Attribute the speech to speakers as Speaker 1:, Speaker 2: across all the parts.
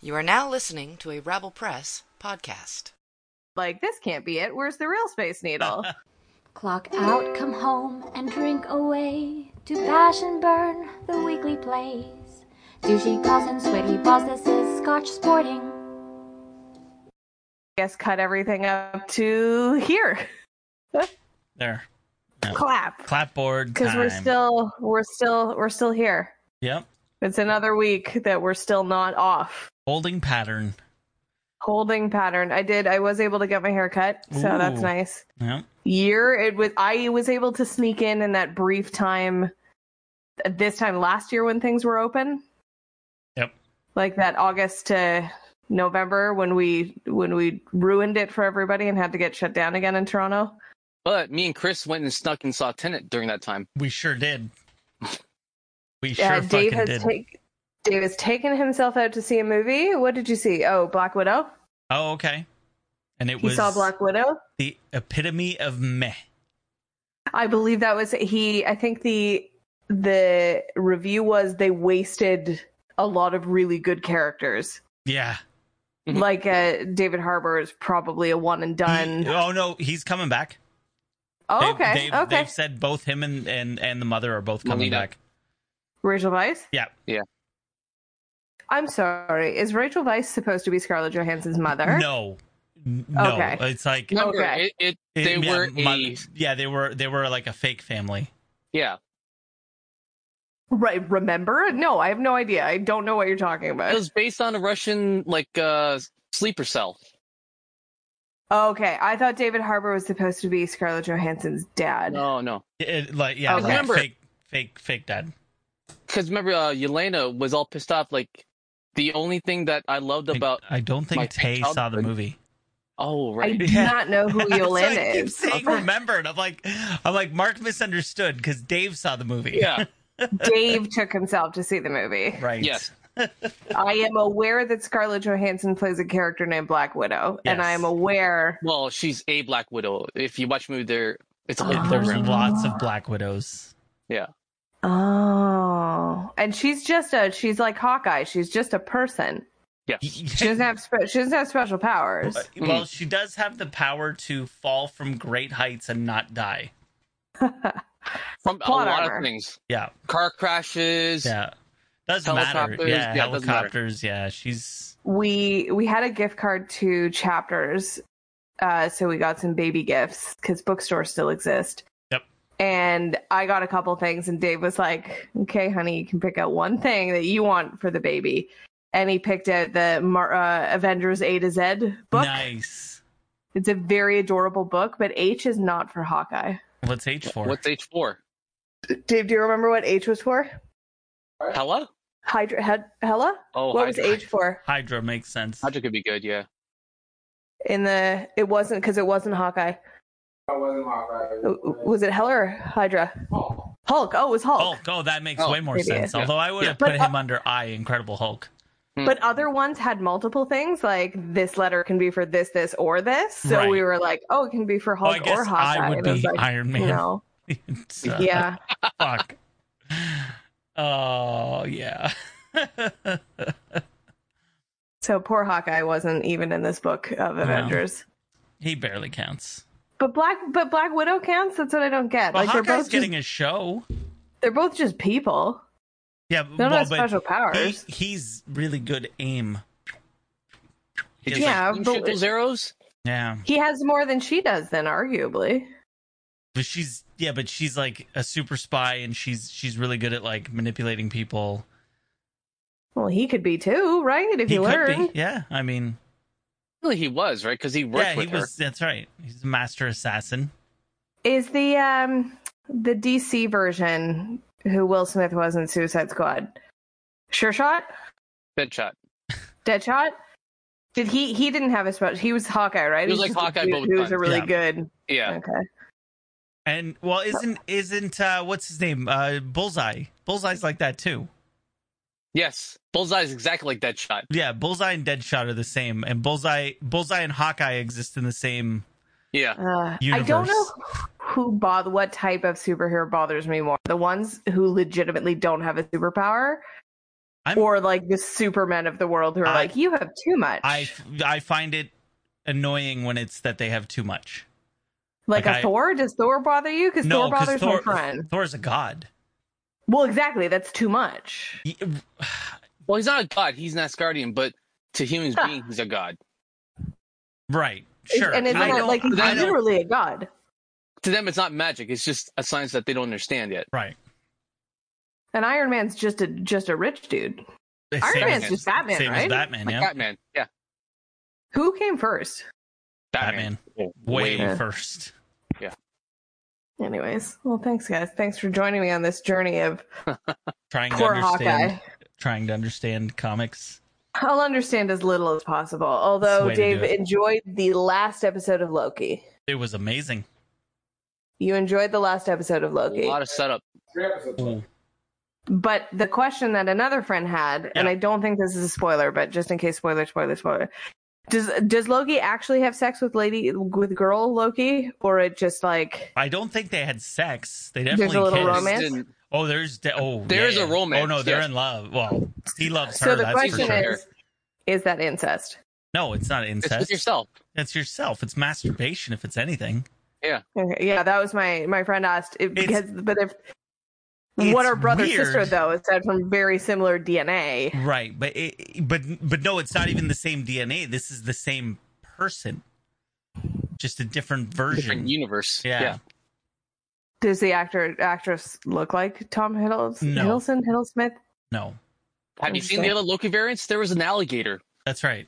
Speaker 1: You are now listening to a Rabble Press podcast.
Speaker 2: Like, this can't be it. Where's the real Space Needle?
Speaker 3: Clock out, come home, and drink away to Passion Burn, the weekly plays. Douchey calls and sweaty balls, this is Scotch Sporting.
Speaker 2: guess cut everything up to here.
Speaker 4: There.
Speaker 2: Clap.
Speaker 4: Clapboard
Speaker 2: Because
Speaker 4: time.
Speaker 2: we're still, we're still, we're still here.
Speaker 4: Yep.
Speaker 2: It's another week that we're still not off.
Speaker 4: Holding pattern.
Speaker 2: Holding pattern. I did, I was able to get my hair cut. So that's
Speaker 4: Ooh.
Speaker 2: nice.
Speaker 4: Yep.
Speaker 2: Year, it was, I was able to sneak in in that brief time this time last year when things were open.
Speaker 4: Yep.
Speaker 2: Like that August to November when we when we ruined it for everybody and had to get shut down again in Toronto.
Speaker 5: But me and Chris went and snuck and saw Tenant during that time.
Speaker 4: We sure did. We sure
Speaker 2: Yeah, Uh, Dave
Speaker 4: fucking
Speaker 2: has
Speaker 4: did.
Speaker 2: take Dave has taken himself out to see a movie. What did you see? Oh, Black Widow.
Speaker 4: oh, okay. And it
Speaker 2: He
Speaker 4: was
Speaker 2: saw Black Widow.
Speaker 4: the epitome of meh.
Speaker 2: I believe that was he. I think the the review was they wasted a lot of really good characters.
Speaker 4: Yeah.
Speaker 5: Mhm.
Speaker 2: Like uh, David Harbour is probably a one and done.
Speaker 4: Mm-hmm. He- oh no, he's coming back.
Speaker 2: oh,
Speaker 4: They've-
Speaker 2: okay,
Speaker 4: They've,
Speaker 2: okay.
Speaker 4: They've said both him and and and the mother are both coming
Speaker 5: Melina.
Speaker 4: back.
Speaker 2: Rachel Vice?
Speaker 4: Yeah.
Speaker 5: Yeah.
Speaker 2: I'm sorry. Is Rachel Vice supposed to be Scarlett Johansson's mother?
Speaker 4: No. N- No.
Speaker 2: Okay.
Speaker 4: It's like
Speaker 5: Remember,
Speaker 2: Okay.
Speaker 5: it, it,
Speaker 4: it-
Speaker 5: they
Speaker 4: yeah,
Speaker 5: were
Speaker 4: my-
Speaker 5: a,
Speaker 4: yeah, they were they were like a fake family.
Speaker 5: yeah.
Speaker 2: Right. Remember? No, I have no idea. I don't know what you're talking
Speaker 5: It
Speaker 2: about.
Speaker 5: was based on a Russian like uh sleeper cell.
Speaker 2: Okay. I thought David Harbour was supposed to be Scarlett Johansson's dad.
Speaker 5: No, no.
Speaker 4: It, like yeah,
Speaker 2: Okay.
Speaker 4: like
Speaker 5: Remember-
Speaker 4: fake fake fake dad.
Speaker 5: Because remember, uh, Yelena was all pissed off. Like the only thing that I loved
Speaker 4: I-
Speaker 5: about
Speaker 4: I, don't
Speaker 5: my
Speaker 4: think Tay saw the
Speaker 5: childhood.
Speaker 4: movie.
Speaker 5: oh
Speaker 2: I
Speaker 5: right,
Speaker 2: do
Speaker 4: Yeah.
Speaker 2: not know who
Speaker 4: That's why I
Speaker 2: Yolanda
Speaker 4: keep
Speaker 2: is.
Speaker 4: saying remembered. I'm like, I'm like, Mark misunderstood because Dave saw the movie.
Speaker 5: yeah.
Speaker 2: Dave took himself to see the movie.
Speaker 4: Right.
Speaker 5: Yes.
Speaker 2: I am aware that Scarlett Johansson plays a character named Black Widow, and
Speaker 4: Yes.
Speaker 2: I am aware.
Speaker 5: Well, she's a Black Widow. If you watch the movie, there it's a whole
Speaker 4: Yeah,
Speaker 2: Oh.
Speaker 4: There's
Speaker 5: program.
Speaker 4: lots of Black Widows.
Speaker 2: Oh, and she's just a she's like Hawkeye. She's just a person. She doesn't have spe- she doesn't have special powers.
Speaker 4: well,
Speaker 5: mm.
Speaker 4: she does have the power to fall from great heights and not die.
Speaker 5: From a
Speaker 2: Plot
Speaker 5: lot
Speaker 2: armor.
Speaker 5: of things,
Speaker 4: Yeah.
Speaker 5: car crashes.
Speaker 4: Yeah. Does matter.
Speaker 5: Helicopters,
Speaker 4: Yeah.
Speaker 5: yeah, doesn't matter.
Speaker 4: helicopters. Yeah. She's.
Speaker 2: We we had a gift card to chapters, uh, so we got some baby gifts because bookstores still exist.
Speaker 4: Yep.
Speaker 2: And I got a couple things, and Dave was like, "Okay, honey, you can pick out one thing that you want for the baby." And he picked out the Mar- uh, Avengers A to Z book.
Speaker 4: Nice.
Speaker 2: It's a very adorable book, but H is not for Hawkeye.
Speaker 4: What's H for?
Speaker 5: What's H four?
Speaker 2: Dave, do you remember what H was for?
Speaker 5: Hello.
Speaker 2: Hydra, he, Hella?
Speaker 5: Oh,
Speaker 2: what was
Speaker 5: Hydra.
Speaker 2: H for?
Speaker 4: Hydra makes sense.
Speaker 5: Hydra could be good. Yeah.
Speaker 2: In the it wasn't because it wasn't Hawkeye. It wasn't Hawkeye. Was it Hella or Hydra? Hulk. Oh, it was Hulk.
Speaker 4: Hulk. Oh, that makes
Speaker 5: Oh,
Speaker 4: way more
Speaker 2: maybe.
Speaker 4: sense.
Speaker 5: Yeah.
Speaker 4: Although I would
Speaker 5: Yeah.
Speaker 4: have put
Speaker 2: But, uh,
Speaker 4: him under I, Incredible Hulk.
Speaker 2: But other ones had multiple things, like this letter can be for this, this, or this. So
Speaker 4: Right.
Speaker 2: we were like, oh, it can be for
Speaker 4: Oh,
Speaker 2: Hulk
Speaker 4: I guess
Speaker 2: or Hawkeye.
Speaker 4: I would
Speaker 2: And was
Speaker 4: be
Speaker 2: like,
Speaker 4: Iron Man.
Speaker 2: No.
Speaker 4: It's, uh,
Speaker 2: Yeah.
Speaker 4: Fuck. Oh yeah.
Speaker 2: So poor Hawkeye wasn't even in this book of Avengers.
Speaker 4: he barely counts.
Speaker 2: But Black, but Black Widow counts. That's what I don't get.
Speaker 4: Well,
Speaker 2: like they're
Speaker 4: Hawkeye's
Speaker 2: both
Speaker 4: getting
Speaker 2: just,
Speaker 4: a show.
Speaker 2: they're both just people.
Speaker 4: Yeah,
Speaker 2: They don't
Speaker 4: well,
Speaker 2: have special
Speaker 4: he,
Speaker 2: powers.
Speaker 4: he's really good aim. He's
Speaker 5: Did you
Speaker 2: Yeah,
Speaker 5: shoot
Speaker 2: but-
Speaker 5: those arrows?
Speaker 4: yeah,
Speaker 2: He has more than she does, then arguably.
Speaker 4: but she's yeah, but she's like a super spy, and she's she's really good at like manipulating people.
Speaker 2: Well, he could be too, right? If
Speaker 4: he
Speaker 2: you learn.
Speaker 4: could be. Yeah, I mean,
Speaker 5: Really, he was right because he worked
Speaker 4: yeah, he
Speaker 5: with her.
Speaker 4: was. That's right. He's a master assassin.
Speaker 2: Is the um the DC version who Will Smith was in Suicide Squad? Sure shot,
Speaker 5: Deadshot.
Speaker 2: Deadshot. Did he? He didn't have a special. He was Hawkeye, right?
Speaker 5: He was like
Speaker 2: just a
Speaker 5: Hawkeye,
Speaker 2: dude
Speaker 5: but with
Speaker 2: who was a
Speaker 5: guns.
Speaker 2: really
Speaker 4: Yeah.
Speaker 2: good.
Speaker 5: Yeah.
Speaker 2: Okay.
Speaker 4: And well, isn't isn't uh, what's his name? Uh, Bullseye. Bullseye's like that too.
Speaker 5: Yes. Bullseye's exactly like Deadshot.
Speaker 4: Yeah, Bullseye and Deadshot are the same, and Bullseye, Bullseye and Hawkeye exist in the same.
Speaker 5: Yeah.
Speaker 2: Uh, I don't
Speaker 4: Universe.
Speaker 2: know who bother what type of superhero bothers me more. The ones who legitimately don't have a superpower
Speaker 4: I'm-
Speaker 2: or like the supermen of the world who are
Speaker 4: I-
Speaker 2: like, you have too much.
Speaker 4: I I find it annoying when it's that they have too much.
Speaker 2: like,
Speaker 4: like
Speaker 2: a
Speaker 4: I-
Speaker 2: Thor? Does Thor bother you? Because
Speaker 4: No,
Speaker 2: Thor bothers
Speaker 4: Thor,
Speaker 2: my friend.
Speaker 4: Thor's a god.
Speaker 2: Well, exactly. That's too much.
Speaker 4: Y-
Speaker 5: Well, he's not a god. He's an Asgardian, but to humans being, he's a god.
Speaker 4: Right. Sure.
Speaker 2: And it's
Speaker 4: I
Speaker 2: not
Speaker 4: don't-
Speaker 2: like he's
Speaker 5: I don't-
Speaker 2: literally a god.
Speaker 5: To them, it's not magic. It's just a science that they don't understand yet.
Speaker 4: right.
Speaker 2: And Iron Man's just a just a rich dude. Iron
Speaker 4: Same
Speaker 2: Man's
Speaker 4: as-
Speaker 2: just Batman,
Speaker 4: Same as
Speaker 2: right?
Speaker 4: Batman.
Speaker 5: Like
Speaker 4: Yeah.
Speaker 5: Batman, yeah,
Speaker 2: Who came first?
Speaker 5: Batman.
Speaker 4: Way
Speaker 5: Wait.
Speaker 2: Yeah.
Speaker 4: first.
Speaker 2: Anyways, well, thanks guys. Thanks for joining me on this journey of
Speaker 4: Trying
Speaker 2: poor
Speaker 4: to understand.
Speaker 2: Hawkeye.
Speaker 4: Trying to understand comics.
Speaker 2: I'll understand as little as possible.
Speaker 4: That's the
Speaker 2: Although
Speaker 4: way to do
Speaker 2: Dave
Speaker 4: it.
Speaker 2: enjoyed the last episode of Loki.
Speaker 4: It was amazing.
Speaker 2: You enjoyed the last episode of
Speaker 5: A
Speaker 2: Loki.
Speaker 5: lot of setup.
Speaker 2: But the question that another friend had, and
Speaker 4: Yeah.
Speaker 2: I don't think this is a spoiler, but just in case spoiler, spoiler, spoiler. Does does Loki actually have sex with lady with girl Loki? Or it just like
Speaker 4: I don't think they had sex. They
Speaker 2: There's a
Speaker 4: definitely
Speaker 2: little
Speaker 4: kissed.
Speaker 2: romance?
Speaker 5: Didn't-
Speaker 4: Oh, there's de- oh
Speaker 5: There
Speaker 4: yeah,
Speaker 5: is a
Speaker 4: yeah.
Speaker 5: romance,
Speaker 4: Oh no, they're
Speaker 5: yes.
Speaker 4: in love. Well, he loves her.
Speaker 2: So the
Speaker 4: that's
Speaker 2: question
Speaker 4: for sure.
Speaker 2: is is that incest?
Speaker 4: no, it's not
Speaker 5: It's
Speaker 4: incest.
Speaker 5: with yourself.
Speaker 4: It's yourself. It's masturbation, if it's anything.
Speaker 2: Okay, yeah, that was my my friend asked it,
Speaker 4: It's-
Speaker 2: because but if
Speaker 4: it's
Speaker 2: what our brother sister
Speaker 4: weird.
Speaker 2: though is said from very similar DNA.
Speaker 4: Right, but it, but but no, it's not even the same DNA. This is the same person, just a different version.
Speaker 5: Different universe.
Speaker 4: yeah.
Speaker 5: yeah.
Speaker 2: Does the actor actress look like Tom Hiddles-
Speaker 4: No.
Speaker 2: Hiddleston Hiddlesmith?
Speaker 4: no,
Speaker 5: Have you seen
Speaker 2: Understand.
Speaker 5: the other Loki variants? There was an alligator.
Speaker 4: that's right.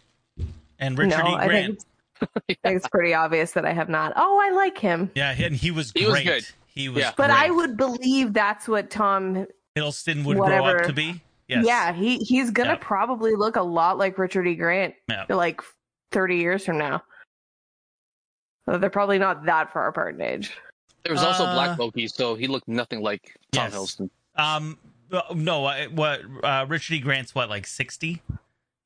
Speaker 4: And Richard
Speaker 2: no,
Speaker 4: E.
Speaker 2: I
Speaker 4: Grant,
Speaker 2: think it's, I think it's pretty obvious that I have not. Oh, I like him,
Speaker 4: yeah, and he was great.
Speaker 5: He was good.
Speaker 4: He was
Speaker 5: Yeah.
Speaker 2: but
Speaker 4: great.
Speaker 2: I would believe that's what Tom.
Speaker 4: Hiddleston would grow
Speaker 2: Whatever.
Speaker 4: up to be. Yes.
Speaker 2: Yeah, he he's gonna
Speaker 4: Yeah.
Speaker 2: probably look a lot like Richard E. Grant,
Speaker 4: Yeah.
Speaker 2: like thirty years from now. Though They're probably not that far apart in age.
Speaker 5: There was also
Speaker 4: Uh,
Speaker 5: Black Loki, so he looked nothing like Tom
Speaker 4: Yes.
Speaker 5: Hiddleston.
Speaker 4: Um. No. I- What? Uh, Richard E. Grant's what? Like sixty?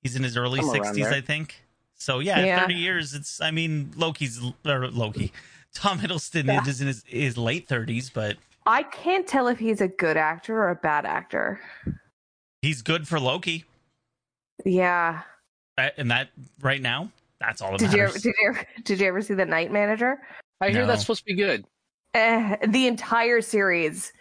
Speaker 4: He's in his early
Speaker 5: Somewhere around
Speaker 4: sixties,
Speaker 5: there.
Speaker 4: I think. So yeah,
Speaker 2: Yeah.
Speaker 4: thirty years. It's. I mean, Loki's or Loki. Tom Hiddleston
Speaker 2: Yeah.
Speaker 4: is in his, his late thirties, but
Speaker 2: I can't tell if he's a good actor or a bad actor.
Speaker 4: he's good for Loki.
Speaker 2: Yeah.
Speaker 4: That- And that right now, that's all that
Speaker 2: Did you, ever,
Speaker 4: matters.
Speaker 2: did you ever, did you ever see the Night Manager?
Speaker 5: I hear
Speaker 4: No.
Speaker 5: that's supposed to be good.
Speaker 2: Eh, the entire series,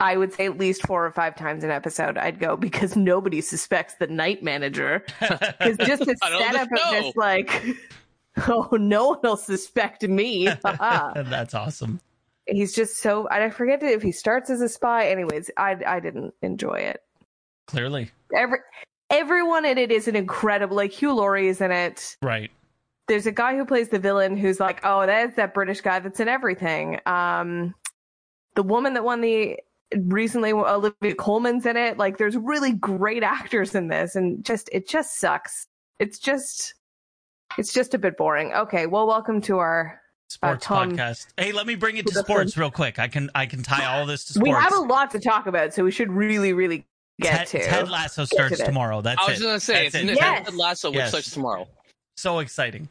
Speaker 2: I would say at least four or five times an episode, I'd go because nobody suspects the Night Manager because just the
Speaker 5: I don't
Speaker 2: setup of
Speaker 5: know.
Speaker 2: this, like, oh, no one will suspect me. Haha.
Speaker 4: that's awesome.
Speaker 2: He's just so. and I forget if he starts as a spy. Anyways, I I didn't enjoy it.
Speaker 4: Clearly,
Speaker 2: Every everyone in it is an incredible. Like Hugh Laurie is in it.
Speaker 4: right?
Speaker 2: there's a guy who plays the villain who's like, oh, that's that British guy that's in everything. Um, the woman that won the recently Olivia Coleman's in it. Like, there's really great actors in this, and just it just sucks. It's just it's just a bit boring. Okay, well, welcome to our.
Speaker 4: Sports
Speaker 2: Tom-
Speaker 4: podcast. Hey, let me bring it to
Speaker 2: Hiddleston.
Speaker 4: sports real quick. I can I can tie all this to
Speaker 2: We
Speaker 4: sports.
Speaker 2: have a lot to talk about, so we should really, really get
Speaker 4: Ted,
Speaker 2: to.
Speaker 4: Ted Lasso starts
Speaker 2: this.
Speaker 4: tomorrow. That's
Speaker 5: I was
Speaker 4: it.
Speaker 5: gonna say
Speaker 4: That's
Speaker 5: it's
Speaker 4: it.
Speaker 5: Nick
Speaker 2: Yes.
Speaker 5: Ted Lasso, which
Speaker 4: Yes.
Speaker 5: starts tomorrow.
Speaker 4: So exciting.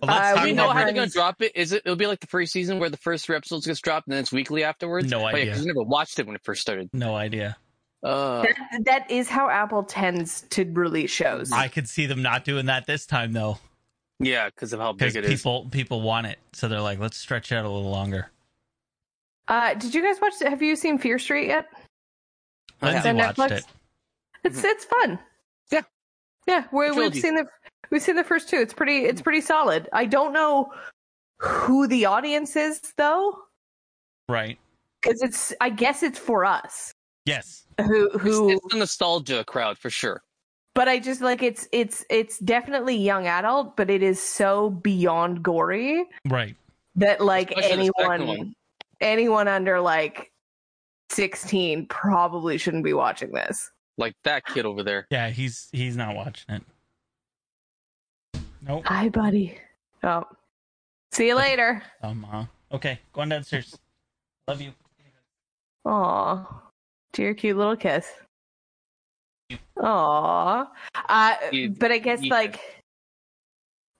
Speaker 4: Well,
Speaker 2: Uh,
Speaker 4: let's
Speaker 5: Do
Speaker 4: talk
Speaker 5: we
Speaker 2: I've
Speaker 5: know
Speaker 4: about
Speaker 5: how
Speaker 2: never-
Speaker 5: they're gonna drop it? Is it? It'll be like the free season where the first three episodes gets dropped and then it's weekly afterwards.
Speaker 4: No
Speaker 5: Oh, yeah,
Speaker 4: idea.
Speaker 5: 'cause I never watched it when it first started.
Speaker 4: No idea.
Speaker 5: Uh,
Speaker 2: That- that is how Apple tends to release shows.
Speaker 4: I could see them not doing that this time though,
Speaker 5: yeah, because of how
Speaker 4: because
Speaker 5: big it is.
Speaker 4: people people want it, so they're like, let's stretch it out a little longer.
Speaker 2: Uh, did you guys watch? Have you seen Fear Street yet?
Speaker 5: I
Speaker 4: Lindsay
Speaker 2: haven't.
Speaker 4: watched
Speaker 2: Netflix?
Speaker 4: it.
Speaker 2: It's it's fun.
Speaker 5: Yeah.
Speaker 2: yeah. We, we've
Speaker 5: The trilogy.
Speaker 2: seen the we've seen the first two. It's pretty it's pretty solid. I don't know who the audience is though,
Speaker 4: Right.
Speaker 2: because it's I guess it's for us
Speaker 4: Yes.
Speaker 2: who who.
Speaker 5: It's, it's the nostalgia crowd for sure.
Speaker 2: but I just like it's it's it's definitely young adult, but it is so beyond gory
Speaker 4: Right.
Speaker 2: that like
Speaker 5: Especially the second
Speaker 2: anyone
Speaker 5: one.
Speaker 2: anyone under like sixteen probably shouldn't be watching this.
Speaker 5: Like that kid over there.
Speaker 4: Yeah. He's he's not watching it. Nope.
Speaker 2: Hi, buddy. Oh, see you later.
Speaker 4: Um. Uh, okay. Go on downstairs. Love you.
Speaker 2: Aw. Dear cute little kiss. Aw. Uh,
Speaker 5: You-
Speaker 2: but I guess
Speaker 5: you-
Speaker 2: like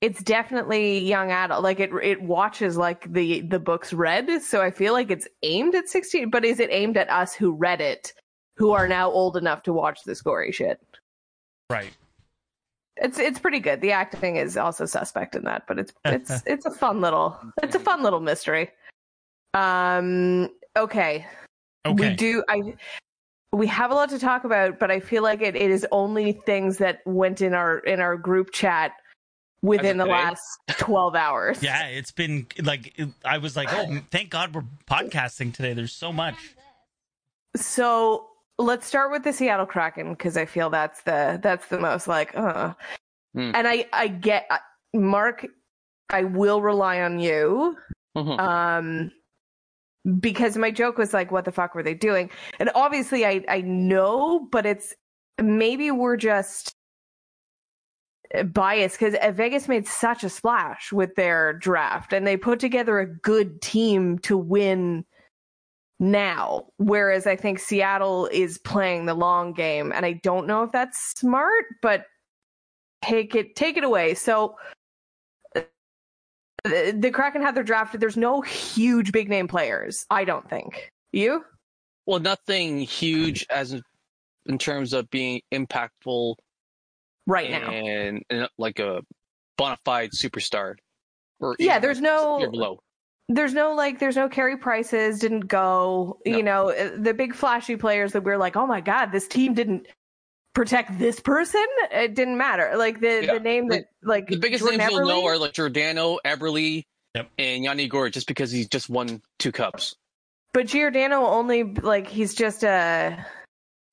Speaker 2: it's definitely young adult. Like it it watches like the the books read, so I feel like it's aimed at 16, but is it aimed at us who read it who are now old enough to watch this gory shit.
Speaker 4: Right.
Speaker 2: It's it's pretty good. The acting is also suspect in that, but it's it's it's a fun little it's a fun little mystery. Um okay.
Speaker 4: Okay.
Speaker 2: We do I we have a lot to talk about, but I feel like it, it is only things that went in our in our group chat within the
Speaker 5: today?
Speaker 2: last 12 hours.
Speaker 4: yeah, it's been like I was like, oh, thank God we're podcasting today. There's so much.
Speaker 2: So let's start with the Seattle Kraken because I feel that's the that's the most like, uh.
Speaker 5: Hmm.
Speaker 2: And I I get I- Mark, I will rely on you,
Speaker 5: Mhm.
Speaker 2: um, because my joke was like, what the fuck were they doing? And obviously, I I know, but it's maybe we're just biased because Vegas made such a splash with their draft and they put together a good team to win now. Whereas I think Seattle is playing the long game, and I don't know if that's smart, but take it take it away. So uh, the the Kraken had their draft. There's no huge big name players, I don't think. You?
Speaker 5: Well, nothing huge as in- in terms of being impactful
Speaker 2: Right now.
Speaker 5: and, and like a bona fide superstar. Or
Speaker 2: Yeah,
Speaker 5: even,
Speaker 2: there's
Speaker 5: like,
Speaker 2: no-
Speaker 5: tier below.
Speaker 2: There's no like there's no carry prices, didn't go. You know, uh, the big flashy players that we're like, "Oh my god, this team didn't protect this person." It didn't matter. Like the
Speaker 5: Yeah.
Speaker 2: the name that like
Speaker 5: The biggest
Speaker 2: Jordan
Speaker 5: names you'll know
Speaker 2: Eberle?
Speaker 5: are like Giordano, Eberly,
Speaker 4: Yep.
Speaker 5: and Yanni Gore, just because he's just won two cups.
Speaker 2: But Giordano only like he's just a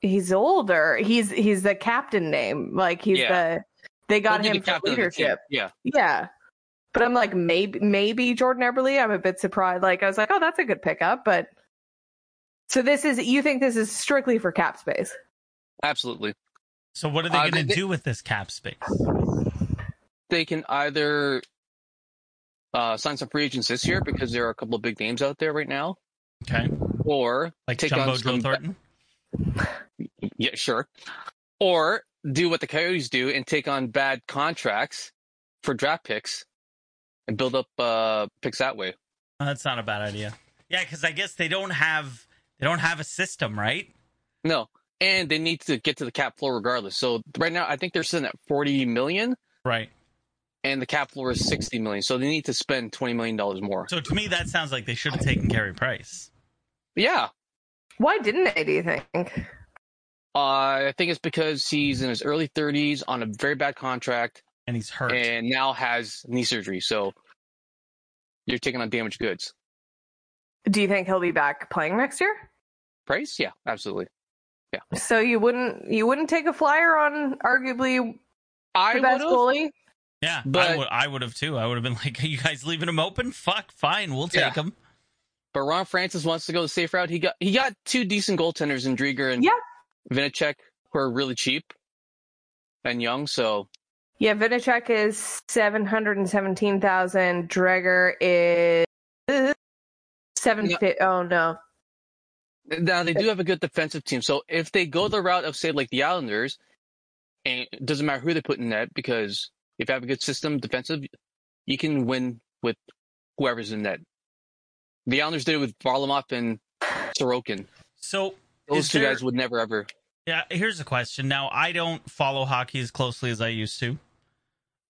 Speaker 2: he's older. He's he's the captain name. Like he's
Speaker 5: Yeah.
Speaker 2: the they got
Speaker 5: He'll be
Speaker 2: him
Speaker 5: the
Speaker 2: for
Speaker 5: captain of the team.
Speaker 2: leadership.
Speaker 5: Yeah,
Speaker 2: Yeah. But I'm like maybe maybe Jordan Eberle. I'm a bit surprised. Like I was like, oh, that's a good pickup. But so this is you think this is strictly for cap space?
Speaker 5: absolutely.
Speaker 4: So what are they
Speaker 5: Uh,
Speaker 4: going
Speaker 5: they-
Speaker 4: to do with this cap space?
Speaker 5: They can either uh, sign some free agents this year because there are a couple of big names out there right now,
Speaker 4: Okay.
Speaker 5: or
Speaker 4: Like
Speaker 5: take
Speaker 4: Jumbo
Speaker 5: on
Speaker 4: Joe
Speaker 5: some
Speaker 4: Thornton.
Speaker 5: Yeah, sure. Or do what the Coyotes do and take on bad contracts for draft picks and build up uh, picks that way.
Speaker 4: Oh, that's not a bad idea. Yeah, because I guess they don't have they don't have a system, right?
Speaker 5: No, and they need to get to the cap floor regardless. So right now, I think they're sitting at forty million,
Speaker 4: Right.
Speaker 5: and the cap floor is sixty million. So they need to spend twenty million dollars more.
Speaker 4: So to me, that sounds like they should have taken Carey Price.
Speaker 5: yeah,
Speaker 2: Why didn't they? Do you think?
Speaker 5: uh, I think it's because he's in his early thirties on a very bad contract
Speaker 4: And he's hurt.
Speaker 5: and now has knee surgery. So you're taking on damaged goods.
Speaker 2: Do you think he'll be back playing next year?
Speaker 5: Price? Yeah, absolutely.
Speaker 2: So you wouldn't you wouldn't take a flyer on arguably
Speaker 5: I
Speaker 2: the best
Speaker 5: would've-
Speaker 2: goalie?
Speaker 4: yeah, I
Speaker 5: but-
Speaker 4: would I would have too. I would have been like, Are you guys leaving him open? Fuck, fine, we'll take him.
Speaker 5: But Ron Francis wants to go the safe route. He got he got two decent goaltenders in Drieger and
Speaker 2: Yeah.
Speaker 5: Vinicek, who are really cheap and young. So
Speaker 2: Yeah, Vinacek is seven hundred and seventeen thousand. Dreger is seven
Speaker 5: Yeah.
Speaker 2: fifty. Oh no,
Speaker 5: now they do have a good defensive team. So if they go the route of say like the Islanders, and it doesn't matter who they put in net because if you have a good system defensive, you can win with whoever's in net. The Islanders did it with Varlamov and Sorokin.
Speaker 4: So
Speaker 5: Those
Speaker 4: is
Speaker 5: two
Speaker 4: there-
Speaker 5: guys would never ever.
Speaker 4: Yeah, here's a question. Now, I don't follow hockey as closely as I used to.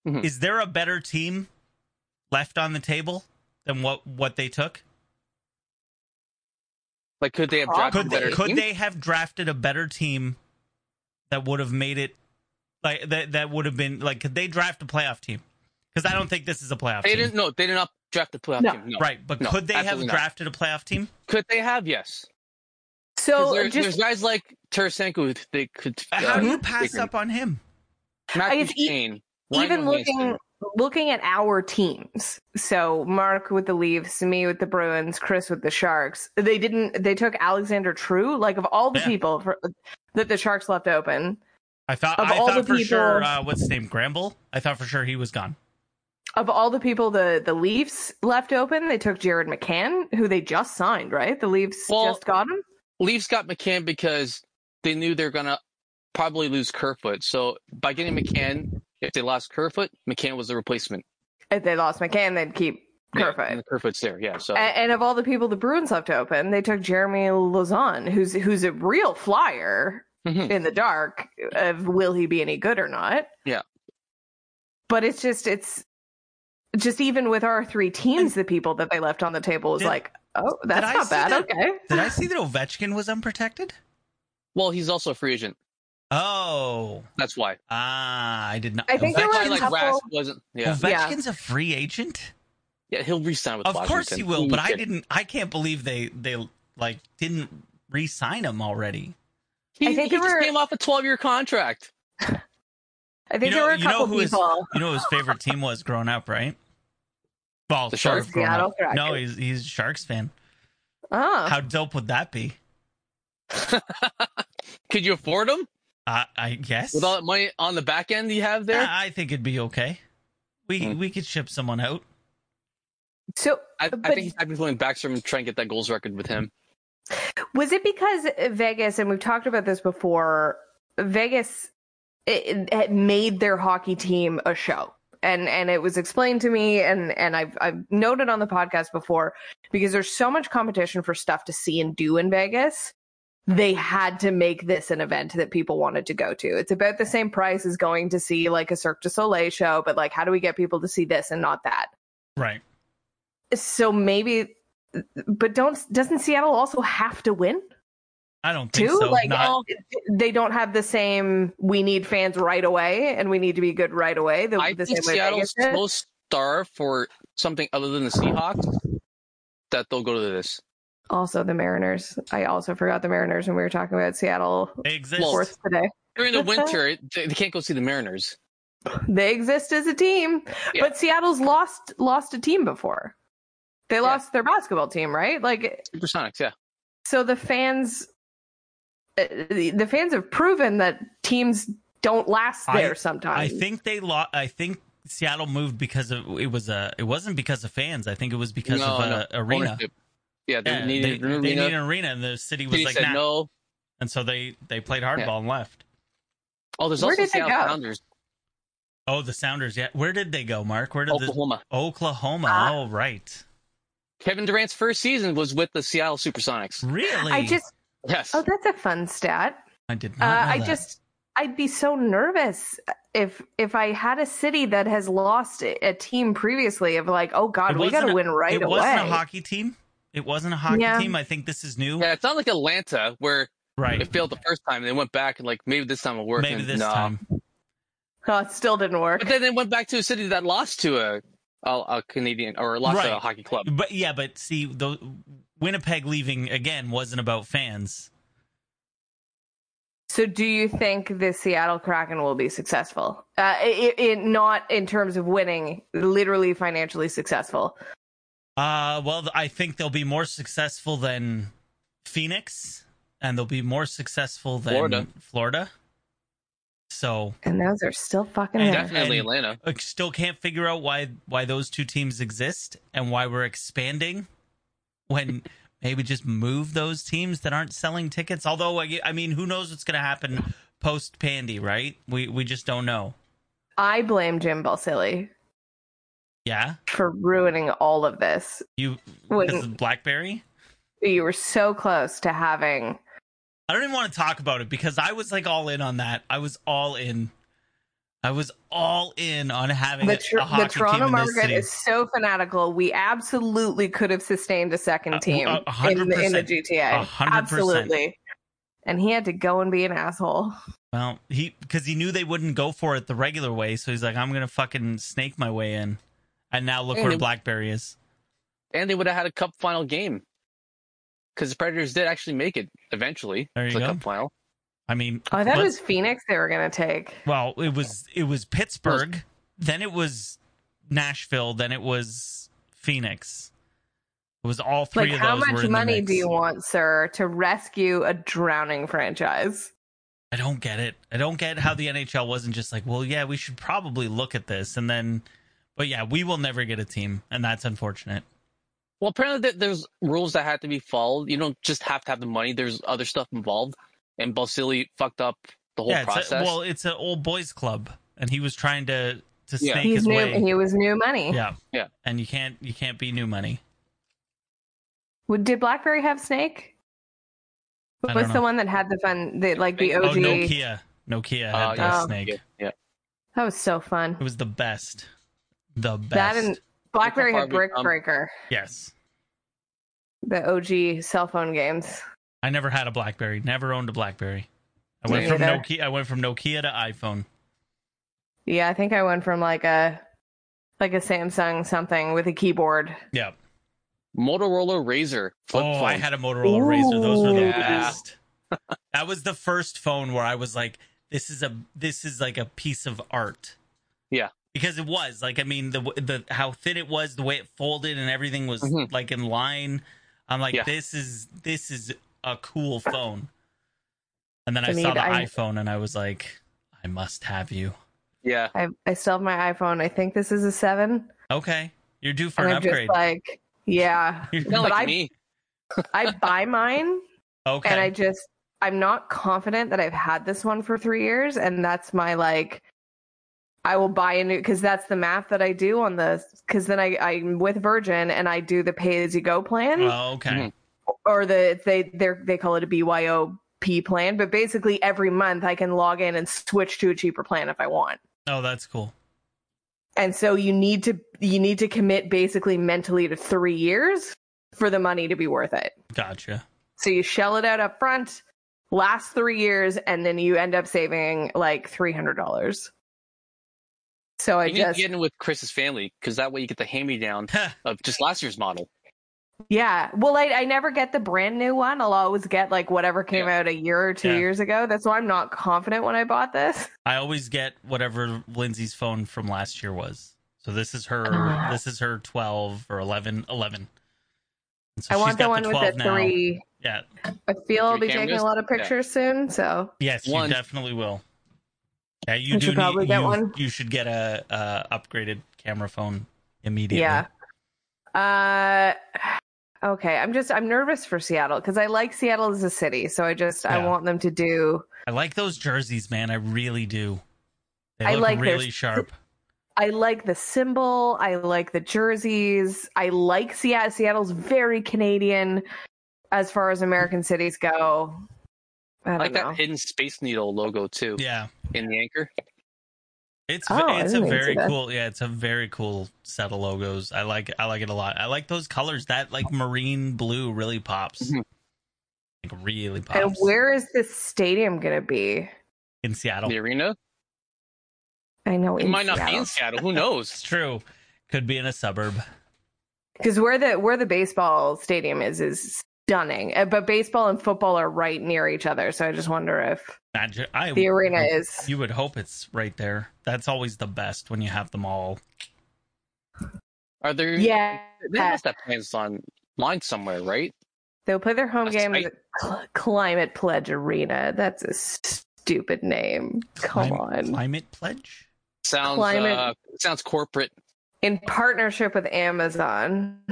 Speaker 5: Mhm.
Speaker 4: Is there a better team left on the table than what what they took?
Speaker 5: Like could they have drafted
Speaker 4: Could
Speaker 5: a
Speaker 4: they,
Speaker 5: better?
Speaker 4: could
Speaker 5: team?
Speaker 4: they have drafted a better team that would have made it like that that would have been like could they draft a playoff team? Cuz I don't think this is a playoff
Speaker 5: They
Speaker 4: team.
Speaker 5: didn't. No, they did not draft the playoff
Speaker 2: No.
Speaker 5: team. No.
Speaker 4: right, but
Speaker 5: No,
Speaker 4: could they have
Speaker 5: absolutely not.
Speaker 4: drafted a playoff team?
Speaker 5: Could they have? Yes.
Speaker 2: so
Speaker 5: there,
Speaker 2: just
Speaker 5: there's guys like Tarasenko who they could.
Speaker 4: How do
Speaker 5: uh,
Speaker 4: you pass
Speaker 5: they
Speaker 4: up on him?
Speaker 5: Matthew
Speaker 2: guess e-
Speaker 5: Kane,
Speaker 2: even
Speaker 5: Ryan
Speaker 2: looking
Speaker 5: Wilson.
Speaker 2: looking at our teams so mark with the leafs me with the bruins chris with the sharks they didn't they took alexander true like of all the
Speaker 4: Yeah.
Speaker 2: people for, that the sharks left open
Speaker 4: I thought
Speaker 2: Of
Speaker 4: I
Speaker 2: all
Speaker 4: thought
Speaker 2: the
Speaker 4: for sure
Speaker 2: people-
Speaker 4: uh, what's his name Gramble? I thought for sure he was gone.
Speaker 2: of all the people the the leafs left open they took jared mccann who they just signed right the leafs
Speaker 5: Well-
Speaker 2: just got him
Speaker 5: Leafs got McCann because they knew they're gonna probably lose Kerfoot. So by getting McCann, if they lost Kerfoot, McCann was the replacement.
Speaker 2: if they lost mccann they'd keep Kerfoot.
Speaker 5: And uh, Kerfoot's there, yeah. So
Speaker 2: A- and of all the people the Bruins left open, they took Jeremy Lausanne, who's who's a real flyer
Speaker 5: Mhm.
Speaker 2: in the dark of will he be any good or not.
Speaker 5: Yeah.
Speaker 2: But it's just it's just even with our three teams, the people that they left on the table is
Speaker 4: Did-
Speaker 2: like, oh, that's
Speaker 4: I
Speaker 2: not
Speaker 4: see
Speaker 2: bad.
Speaker 4: that-
Speaker 2: Okay.
Speaker 4: Did I see that Ovechkin was unprotected?
Speaker 5: well, he's also a free agent.
Speaker 4: Oh,
Speaker 5: That's why.
Speaker 4: ah, I did not.
Speaker 2: I think there
Speaker 5: That's
Speaker 2: were
Speaker 5: why
Speaker 2: a
Speaker 5: like
Speaker 2: couple-
Speaker 5: Rask wasn't. Yeah,
Speaker 4: Ovechkin's a free agent.
Speaker 5: yeah, he'll resign with.
Speaker 4: Of course
Speaker 5: Washington.
Speaker 4: he will, but I
Speaker 5: did.
Speaker 4: didn't. I can't believe they they like didn't re-sign him already.
Speaker 5: He,
Speaker 2: I think
Speaker 5: he
Speaker 2: there
Speaker 5: just
Speaker 2: were-
Speaker 5: came off a twelve-year contract.
Speaker 2: I think
Speaker 4: You
Speaker 2: there
Speaker 4: know-
Speaker 2: were a
Speaker 4: you know
Speaker 2: couple
Speaker 4: who is-
Speaker 2: people.
Speaker 4: You know what his favorite team was growing up, right? Well,
Speaker 5: The
Speaker 4: sort of
Speaker 5: Sharks.
Speaker 4: growing up.
Speaker 2: Seattle Kraken.
Speaker 4: No, he's he's a Sharks fan.
Speaker 2: Oh.
Speaker 4: How dope would that be?
Speaker 5: Could you afford him
Speaker 4: Uh, I guess.
Speaker 5: with all that money on the back end you have
Speaker 2: Uh,
Speaker 5: there?
Speaker 4: I I think it'd be okay. We
Speaker 5: Hmm.
Speaker 4: we could ship someone out.
Speaker 2: so
Speaker 5: I, I
Speaker 2: but-
Speaker 5: think he's been playing Backstrom and trying to get that goals record with him.
Speaker 2: Was it because Vegas, and we've talked about this before, Vegas it, it had made their hockey team a show? And and it was explained to me, and and I've I've noted on the podcast before because there's so much competition for stuff to see and do in Vegas. They had to make this an event that people wanted to go to. It's about the same price as going to see like a Cirque du Soleil show, but like, how do we get people to see this and not that?
Speaker 4: Right.
Speaker 2: So maybe, but don't doesn't Seattle also have to win?
Speaker 4: I don't think
Speaker 2: too.
Speaker 4: so.
Speaker 2: like
Speaker 4: Not-
Speaker 2: oh, they don't have the same. We need fans right away, and we need to be good right away. The,
Speaker 5: I
Speaker 2: the
Speaker 5: think
Speaker 2: same way Vegas
Speaker 5: Seattle's
Speaker 2: did.
Speaker 5: so starved for something other than the Seahawks that they'll go to this.
Speaker 2: also the Mariners. I also forgot the Mariners when we were talking about Seattle
Speaker 4: They exist.
Speaker 5: Well,
Speaker 2: sports today.
Speaker 5: During the winter, they, they can't go see the Mariners.
Speaker 2: They exist as a team,
Speaker 5: Yeah.
Speaker 2: but Seattle's lost lost a team before. They lost their basketball team, right? Like
Speaker 5: Supersonics, yeah.
Speaker 2: so the fans uh, the the fans have proven that teams don't last
Speaker 4: I-
Speaker 2: there sometimes.
Speaker 4: I think they lost. I think Seattle moved because of it was a. It wasn't because of fans. I think it was because
Speaker 5: No,
Speaker 4: of
Speaker 5: no,
Speaker 4: a arena.
Speaker 5: Ownership. Yeah, they
Speaker 4: Yeah,
Speaker 5: need
Speaker 4: they,
Speaker 5: an arena.
Speaker 4: they need an arena, and the city was
Speaker 5: City
Speaker 4: like,
Speaker 5: said
Speaker 4: nah.
Speaker 5: no.
Speaker 4: And so they they played hardball
Speaker 5: Yeah.
Speaker 4: and left.
Speaker 5: Oh, there's
Speaker 2: Where
Speaker 5: also
Speaker 2: did they
Speaker 5: Seattle
Speaker 2: go?
Speaker 5: Sounders,
Speaker 4: Oh, the Sounders. Yeah, where did they go, Mark? Where did
Speaker 5: Oklahoma.
Speaker 4: the Oklahoma?
Speaker 2: Ah.
Speaker 4: oh, right.
Speaker 5: Kevin Durant's first season was with the Seattle Supersonics.
Speaker 4: Really?
Speaker 2: I just
Speaker 4: Mm-hmm.
Speaker 5: Yes.
Speaker 2: oh, that's a fun stat.
Speaker 4: I did
Speaker 2: Uh,
Speaker 4: not. know
Speaker 2: I
Speaker 4: that.
Speaker 2: just I'd be so nervous if if I had a city that has lost a a team previously of like, oh God,
Speaker 4: It
Speaker 2: we got
Speaker 4: wasn't
Speaker 2: to
Speaker 4: a-
Speaker 2: win right
Speaker 4: it
Speaker 2: away.
Speaker 4: wasn't a hockey team. It wasn't a hockey
Speaker 2: Yeah.
Speaker 4: team. I think this is new.
Speaker 5: Yeah, it's not like Atlanta where
Speaker 4: Right.
Speaker 5: it failed the first time and they went back and like maybe this time it'll work.
Speaker 4: Maybe
Speaker 5: and
Speaker 4: this
Speaker 5: no.
Speaker 4: time.
Speaker 2: Oh, it still didn't work.
Speaker 5: But then they went back to a city that lost to a a, a Canadian or lost to a
Speaker 4: Right.
Speaker 5: hockey club.
Speaker 4: But yeah, but see, the Winnipeg leaving again wasn't about fans.
Speaker 2: So, do you think the Seattle Kraken will be successful? Uh, i i- in- not in terms of winning, literally financially successful.
Speaker 4: Uh, well, th- I think they'll be more successful than Phoenix, and they'll be more successful than
Speaker 5: Florida.
Speaker 4: Florida. So,
Speaker 2: And those are still fucking
Speaker 4: And
Speaker 2: there.
Speaker 5: Definitely
Speaker 4: And-
Speaker 5: Atlanta.
Speaker 4: I still can't figure out why why those two teams exist and why we're expanding. When maybe just move those teams that aren't selling tickets. Although, I, ge- I mean, who knows what's going to happen post Pandy, right? We we just don't know.
Speaker 2: I blame Jim Balsillie
Speaker 4: Yeah,
Speaker 2: for ruining all of this.
Speaker 4: you because
Speaker 2: When
Speaker 4: of BlackBerry.
Speaker 2: you were so close to having
Speaker 4: I don't even want to talk about it because I was like all in on that. I was all in. I was all in on having
Speaker 2: the,
Speaker 4: a-
Speaker 2: tr-
Speaker 4: a hockey
Speaker 2: the Toronto
Speaker 4: team in this
Speaker 2: market
Speaker 4: city.
Speaker 2: is so fanatical. We absolutely could have sustained a
Speaker 4: Uh,
Speaker 2: second team
Speaker 4: a- a hundred
Speaker 2: in, the, in the
Speaker 4: percent.
Speaker 2: GTA.
Speaker 4: A hundred percent.
Speaker 2: Absolutely. And he had to go and be an asshole.
Speaker 4: well, he because he knew they wouldn't go for it the regular way, so he's like, I'm gonna fucking snake my way in. And now look
Speaker 5: And
Speaker 4: where
Speaker 5: it-
Speaker 4: BlackBerry is.
Speaker 5: And they would have had a cup final game. Because the Predators did actually make it eventually
Speaker 4: There you
Speaker 5: to the
Speaker 4: go.
Speaker 5: cup final.
Speaker 4: I mean,
Speaker 2: I thought it
Speaker 4: let's-
Speaker 2: Oh, was Phoenix they were going to take.
Speaker 4: well, it was it was Pittsburgh, then it was Nashville, then it was Phoenix. It was all
Speaker 2: Like,
Speaker 4: three of
Speaker 2: how
Speaker 4: those. were
Speaker 2: much
Speaker 4: in the
Speaker 2: money
Speaker 4: mix.
Speaker 2: do you want, sir, to rescue a drowning franchise?
Speaker 4: I don't get it. I don't get how the NHL wasn't just like, well, yeah, we should probably look at this, and then, but yeah, we will never get a team, and that's unfortunate.
Speaker 5: Well, apparently th- there's rules that had to be followed. You don't just have to have the money. There's other stuff involved. And Balsillie fucked up the whole
Speaker 4: yeah, it's a,
Speaker 5: process.
Speaker 4: well, it's an old boys club, and he was trying to to
Speaker 5: Yeah.
Speaker 4: snake
Speaker 2: He's
Speaker 4: his
Speaker 2: new.
Speaker 4: way.
Speaker 2: He was new money.
Speaker 4: yeah,
Speaker 5: Yeah.
Speaker 4: and you can't you can't be new money.
Speaker 2: Would- Did BlackBerry have Snake?
Speaker 4: I
Speaker 2: What
Speaker 4: don't
Speaker 2: was the
Speaker 4: know.
Speaker 2: one that had the fun, the, like the OG?
Speaker 5: Oh,
Speaker 4: Oh, Nokia, Nokia had
Speaker 5: Uh,
Speaker 4: the
Speaker 2: yeah.
Speaker 4: snake.
Speaker 5: Yeah, yeah.
Speaker 2: That was so fun.
Speaker 4: It was the best, the best.
Speaker 2: That and BlackBerry had
Speaker 5: Barbie,
Speaker 2: Brick
Speaker 5: um,
Speaker 2: Breaker,
Speaker 4: yes,
Speaker 2: the OG cell phone games.
Speaker 4: I never had a BlackBerry. Never owned a BlackBerry. I went
Speaker 5: Me
Speaker 4: from
Speaker 2: either.
Speaker 4: Nokia. I went from Nokia to iPhone.
Speaker 2: Yeah, I think I went from like a like a Samsung something with a keyboard.
Speaker 4: Yeah.
Speaker 5: Motorola Razor. Flip
Speaker 4: oh,
Speaker 5: phone.
Speaker 4: I had a Motorola Razor. Those were the
Speaker 2: Ooh.
Speaker 5: Yeah.
Speaker 4: best. that was the first phone where I was like, "This is a this is like a piece of art."
Speaker 5: Yeah.
Speaker 4: because it was like I mean the w- the how thin it was, the way it folded, and everything was
Speaker 5: Mhm.
Speaker 4: like in line. I'm like,
Speaker 5: Yeah.
Speaker 4: this is this is a cool phone. And then I
Speaker 2: To me,
Speaker 4: saw the
Speaker 2: the i-
Speaker 4: iPhone, and I was like, I must have you.
Speaker 5: Yeah.
Speaker 2: I I still have my iPhone. I think this is a seven,
Speaker 4: Okay, you're due for
Speaker 2: and
Speaker 4: an
Speaker 2: I'm
Speaker 4: upgrade.
Speaker 2: just like, yeah.
Speaker 4: You're-
Speaker 5: Not
Speaker 2: But
Speaker 5: like
Speaker 2: I-
Speaker 5: me.
Speaker 2: I buy mine,
Speaker 4: okay,
Speaker 2: and I just I'm not confident that I've had this one for three years, and that's my like. I will buy a new because that's the math that I do on the because then I I'm with Virgin and I do the pay as you go plan.
Speaker 4: oh, okay,
Speaker 5: Mhm.
Speaker 2: or the they they they call it a BYOP plan, but basically every month I can log in and switch to a cheaper plan if I want.
Speaker 4: oh, that's cool.
Speaker 2: And so you need to you need to commit basically mentally to 3 years for the money to be worth it.
Speaker 4: Gotcha.
Speaker 2: So you shell it out up front, last 3 years and then you end up saving like $300. So I
Speaker 5: You need to
Speaker 2: just
Speaker 5: get in with Chris's family because that way you get the hand me down of just last year's model.
Speaker 2: Yeah. Well, I, I never get the brand new one. I'll always get like whatever came out a year or two
Speaker 4: Yeah.
Speaker 2: years ago. That's why I'm not confident when I bought this.
Speaker 4: I always get whatever Lindsay's phone from last year was. So this is her
Speaker 2: Ah.
Speaker 4: this is her 12 or 11 11. And so
Speaker 2: I
Speaker 4: she's
Speaker 2: want the
Speaker 4: got
Speaker 2: one with
Speaker 4: 12
Speaker 2: the
Speaker 4: now.
Speaker 2: three.
Speaker 4: Yeah.
Speaker 2: I feel I'll
Speaker 5: Three
Speaker 2: be taking
Speaker 5: cameras?
Speaker 2: a lot of
Speaker 5: Yeah.
Speaker 2: pictures soon, so
Speaker 4: Yes, you
Speaker 5: One.
Speaker 4: definitely will. Yeah, you
Speaker 2: I
Speaker 4: do
Speaker 2: should probably
Speaker 4: need,
Speaker 2: get
Speaker 4: you,
Speaker 2: one.
Speaker 4: you should get a, a upgraded camera phone immediately.
Speaker 2: yeah. Uh, okay. I'm just I'm nervous for Seattle because I like Seattle as a city, so I just I
Speaker 4: Yeah.
Speaker 2: want them to do.
Speaker 4: I like those jerseys, man. I really do. They
Speaker 2: I
Speaker 4: look
Speaker 2: like their-
Speaker 4: really sharp.
Speaker 2: I like the symbol. I like the jerseys. I like Seattle. Seattle's very Canadian as far as American cities go. I
Speaker 5: I
Speaker 2: don't
Speaker 5: like
Speaker 2: know.
Speaker 5: that hidden Space Needle logo too
Speaker 4: Yeah.
Speaker 5: in the anchor.
Speaker 4: It's
Speaker 2: Oh, I
Speaker 4: it's a
Speaker 2: didn't even
Speaker 4: very
Speaker 2: see that.
Speaker 4: cool yeah it's a very cool set of logos. I like I like it a lot. I like those colors. That like marine blue really pops.
Speaker 5: Mhm.
Speaker 4: Like really pops.
Speaker 2: And where is this stadium gonna be?
Speaker 4: in Seattle?
Speaker 5: The arena?
Speaker 2: I know
Speaker 5: It might not be in Seattle. Who
Speaker 4: It's
Speaker 5: knows?
Speaker 4: true. Could be in a suburb.
Speaker 2: because where the where the baseball stadium is is stunning. Uh, But baseball and football are right near each other, so I just wonder if
Speaker 4: Not ju- I
Speaker 2: the arena is.
Speaker 4: You would hope it's right there. That's always the best when you have them all.
Speaker 5: Are there?
Speaker 2: Yeah,
Speaker 5: They must have plans online somewhere, right?
Speaker 2: they'll play their home
Speaker 5: A
Speaker 2: game at
Speaker 5: site.
Speaker 2: the Cl- Climate Pledge Arena. That's a stupid name. Come
Speaker 4: climate,
Speaker 2: on.
Speaker 4: Climate pledge.
Speaker 5: Sounds
Speaker 2: Climate-
Speaker 5: uh, sounds corporate.
Speaker 2: In partnership with Amazon,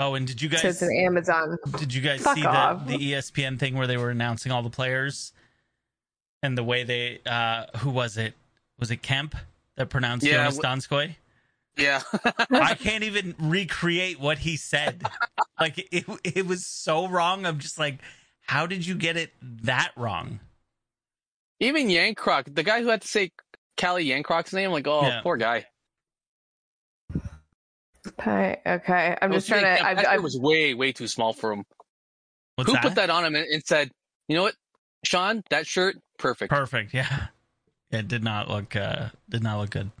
Speaker 4: Oh, and did you
Speaker 2: so
Speaker 4: guys
Speaker 2: it's an Amazon.
Speaker 4: did you guys
Speaker 2: Fuck
Speaker 4: see
Speaker 2: off.
Speaker 4: the, E the ESPN thing where they were announcing all the players and the way they uh who was it? Was it Kemp that pronounced
Speaker 5: Yeah,
Speaker 4: Jonas Donskoy?
Speaker 5: Yeah,
Speaker 4: I can't even recreate what he said. Like it, it was so wrong. I'm just like, how did you get it that wrong?
Speaker 5: even Yankrock, the guy who had to say Callie Yankrock's name, like, oh,
Speaker 4: Yeah.
Speaker 5: poor guy.
Speaker 2: Hi- Okay, I'm
Speaker 5: It was
Speaker 2: just trying
Speaker 5: big.
Speaker 2: to.
Speaker 5: Yeah,
Speaker 2: I've,
Speaker 5: that
Speaker 2: I've,
Speaker 5: was way, way too small for him.
Speaker 4: What's
Speaker 5: who put that on him and, and said, you know what, Sean, that shirt, perfect.
Speaker 4: Perfect. Yeah. It did not look. uh Did not look good.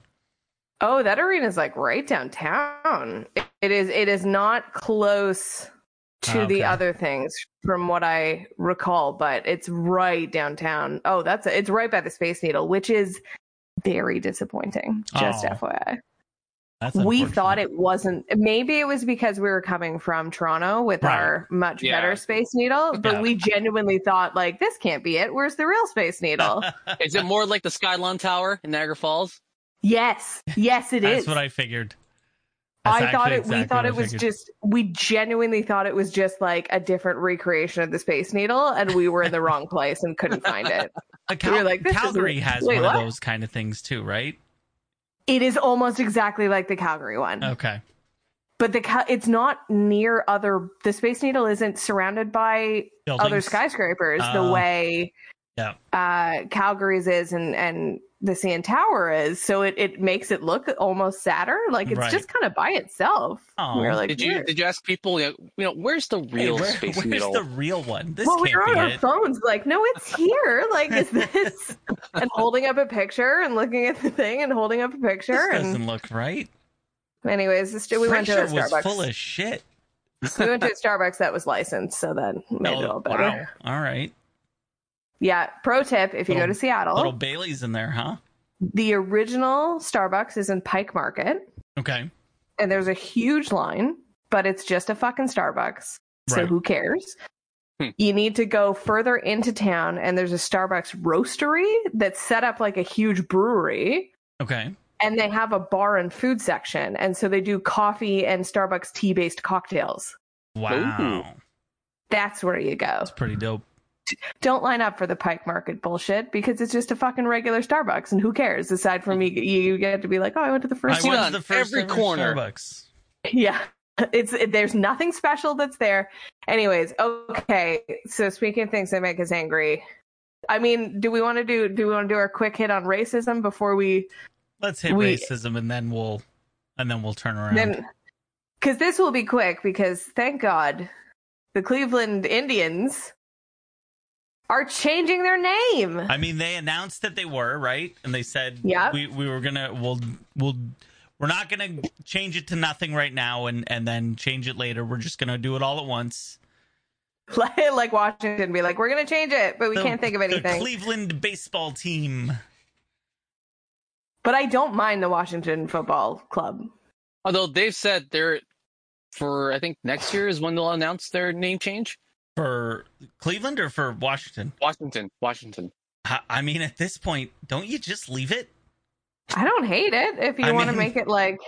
Speaker 2: Oh, that arena's like right downtown. It- It is. It is not close to
Speaker 4: Ah, okay.
Speaker 2: the other things from what I recall, but it's right downtown. Oh, that's a, it's right by the Space Needle, which is very disappointing. Just
Speaker 4: Oh,
Speaker 2: FYI,
Speaker 4: That's
Speaker 2: we
Speaker 4: unfortunate.
Speaker 2: thought it wasn't. Maybe it was because we were coming from Toronto with
Speaker 4: Right.
Speaker 2: our much
Speaker 5: Yeah.
Speaker 2: better Space Needle, but
Speaker 4: Yeah.
Speaker 2: we genuinely thought like this can't be it. Where's the real Space Needle?
Speaker 5: Is it more like the Skylon Tower in Niagara Falls?
Speaker 2: yes, yes, it is.
Speaker 4: That's what I figured. That's
Speaker 2: I thought it.
Speaker 4: actually
Speaker 2: we
Speaker 4: exactly
Speaker 2: thought
Speaker 4: what I
Speaker 2: it was
Speaker 4: figured.
Speaker 2: just. We genuinely thought it was just like a different recreation of the Space Needle, and we were in the wrong place and couldn't find it.
Speaker 4: Uh,
Speaker 2: we were like, this is
Speaker 4: Calgary
Speaker 2: a-
Speaker 4: has
Speaker 2: wait,
Speaker 4: one
Speaker 2: what?
Speaker 4: of those kind of things too, right?
Speaker 2: It is almost exactly like the Calgary one.
Speaker 4: Okay.
Speaker 2: but the Cal- it's not near other the space needle isn't surrounded by other
Speaker 4: Buildings.
Speaker 2: skyscrapers
Speaker 4: Oh.
Speaker 2: the way
Speaker 4: Yeah.
Speaker 2: uh calgary's is and and the sand tower is so it, it makes it look almost sadder like it's
Speaker 4: Right.
Speaker 2: just kind of by itself
Speaker 4: Oh.
Speaker 2: we're like
Speaker 5: did you
Speaker 2: "Weird."
Speaker 5: did you ask people? You know, you know where's the
Speaker 4: Hey,
Speaker 5: real
Speaker 4: where-
Speaker 5: space
Speaker 4: where's
Speaker 5: needle?
Speaker 4: the real one? This
Speaker 2: well, we were
Speaker 4: can't
Speaker 2: on
Speaker 4: be
Speaker 2: our
Speaker 4: it.
Speaker 2: phones, like, no, it's here. Like, is this? And holding up a picture and looking at the thing and holding up a picture.
Speaker 4: This
Speaker 2: And
Speaker 4: doesn't look right.
Speaker 2: anyways, this, we went to a
Speaker 4: Picture was
Speaker 2: Starbucks.
Speaker 4: full of shit.
Speaker 2: we went to a Starbucks that was licensed, so that made it all
Speaker 4: Oh,
Speaker 2: better.
Speaker 4: wow. All right.
Speaker 2: Yeah. Pro tip: if you
Speaker 4: Little-
Speaker 2: go to Seattle,
Speaker 4: Little Bailey's in there, huh?
Speaker 2: the original Starbucks is in Pike Market,
Speaker 4: Okay.
Speaker 2: and there's a huge line, but it's just a fucking Starbucks, so
Speaker 4: Right.
Speaker 2: who cares?
Speaker 5: Hmm.
Speaker 2: You need to go further into town, and there's a Starbucks roastery that's set up like a huge brewery,
Speaker 4: Okay.
Speaker 2: and they have a bar and food section, and so they do coffee and Starbucks tea based cocktails.
Speaker 4: Wow.
Speaker 2: That's where you go.
Speaker 4: That's pretty dope.
Speaker 2: Don't line up for the Pike Market bullshit because it's just a fucking regular Starbucks, and who cares? Aside from you, you get to be like, oh, I went to the first
Speaker 4: I
Speaker 5: one
Speaker 4: went
Speaker 5: on
Speaker 4: to the first
Speaker 5: every
Speaker 4: ever
Speaker 5: corner.
Speaker 4: Starbucks.
Speaker 2: Yeah. It's it, there's nothing special that's there. Anyways, okay. So speaking of things that make us angry, I mean, do we want to do do we want to do our quick hit on racism before we
Speaker 4: Let's hit
Speaker 2: We-
Speaker 4: racism and then we'll and then we'll turn around.
Speaker 2: then? Because this will be quick. Because thank God, the Cleveland Indians are changing their name.
Speaker 4: I mean, they announced that they were right, and they said,
Speaker 2: Yep.
Speaker 4: we we were gonna we'll we'll we're not gonna change it to nothing right now, and and then change it later. We're just gonna do it all at once."
Speaker 2: like Washington, be like, we're gonna change it, but we
Speaker 4: The-
Speaker 2: can't think of
Speaker 4: The
Speaker 2: anything.
Speaker 4: Cleveland baseball team.
Speaker 2: but I don't mind the Washington Football Club.
Speaker 5: Although they've said they're for I think next year is when they'll announce their name change.
Speaker 4: for Cleveland or for Washington?
Speaker 5: Washington, Washington.
Speaker 4: I, I mean, at this point, don't you just leave it?
Speaker 2: I don't hate it if you
Speaker 4: I
Speaker 2: want to
Speaker 4: mean-
Speaker 2: make it like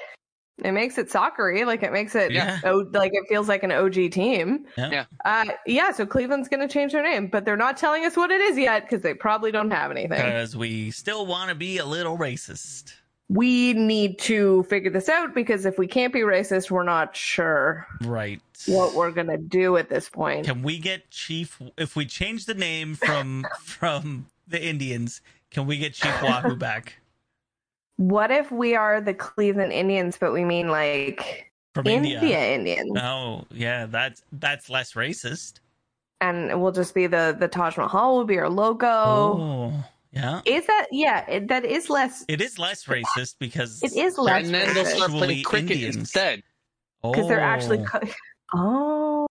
Speaker 2: it makes it soccery, like it makes it
Speaker 4: Yeah.
Speaker 2: oh, like it feels like an OG team.
Speaker 4: Yeah.
Speaker 5: Yeah.
Speaker 2: Uh, yeah. So Cleveland's going to change their name, but they're not telling us what it is yet because they probably don't have anything.
Speaker 4: Because we still want to be a little racist.
Speaker 2: we need to figure this out because if we can't be racist, we're not sure
Speaker 4: Right.
Speaker 2: what we're going to do at this point.
Speaker 4: Can we get Chief if we change the name from from the Indians? Can we get Chief Wahoo back
Speaker 2: What if we are the Cleveland Indians, but we mean like
Speaker 4: from
Speaker 2: India,
Speaker 4: India?
Speaker 2: Indians,
Speaker 4: Oh, yeah, that's that's less racist.
Speaker 2: and we'll just be the the Taj Mahal will be our logo. Oh.
Speaker 4: Oh. yeah.
Speaker 2: Is that yeah? it- That is less.
Speaker 4: It is less racist because
Speaker 2: It is less
Speaker 5: and then they'll start
Speaker 4: Actually
Speaker 5: playing cricket
Speaker 4: Indians.
Speaker 5: instead.
Speaker 2: because they're actually
Speaker 4: Oh.
Speaker 2: co- oh,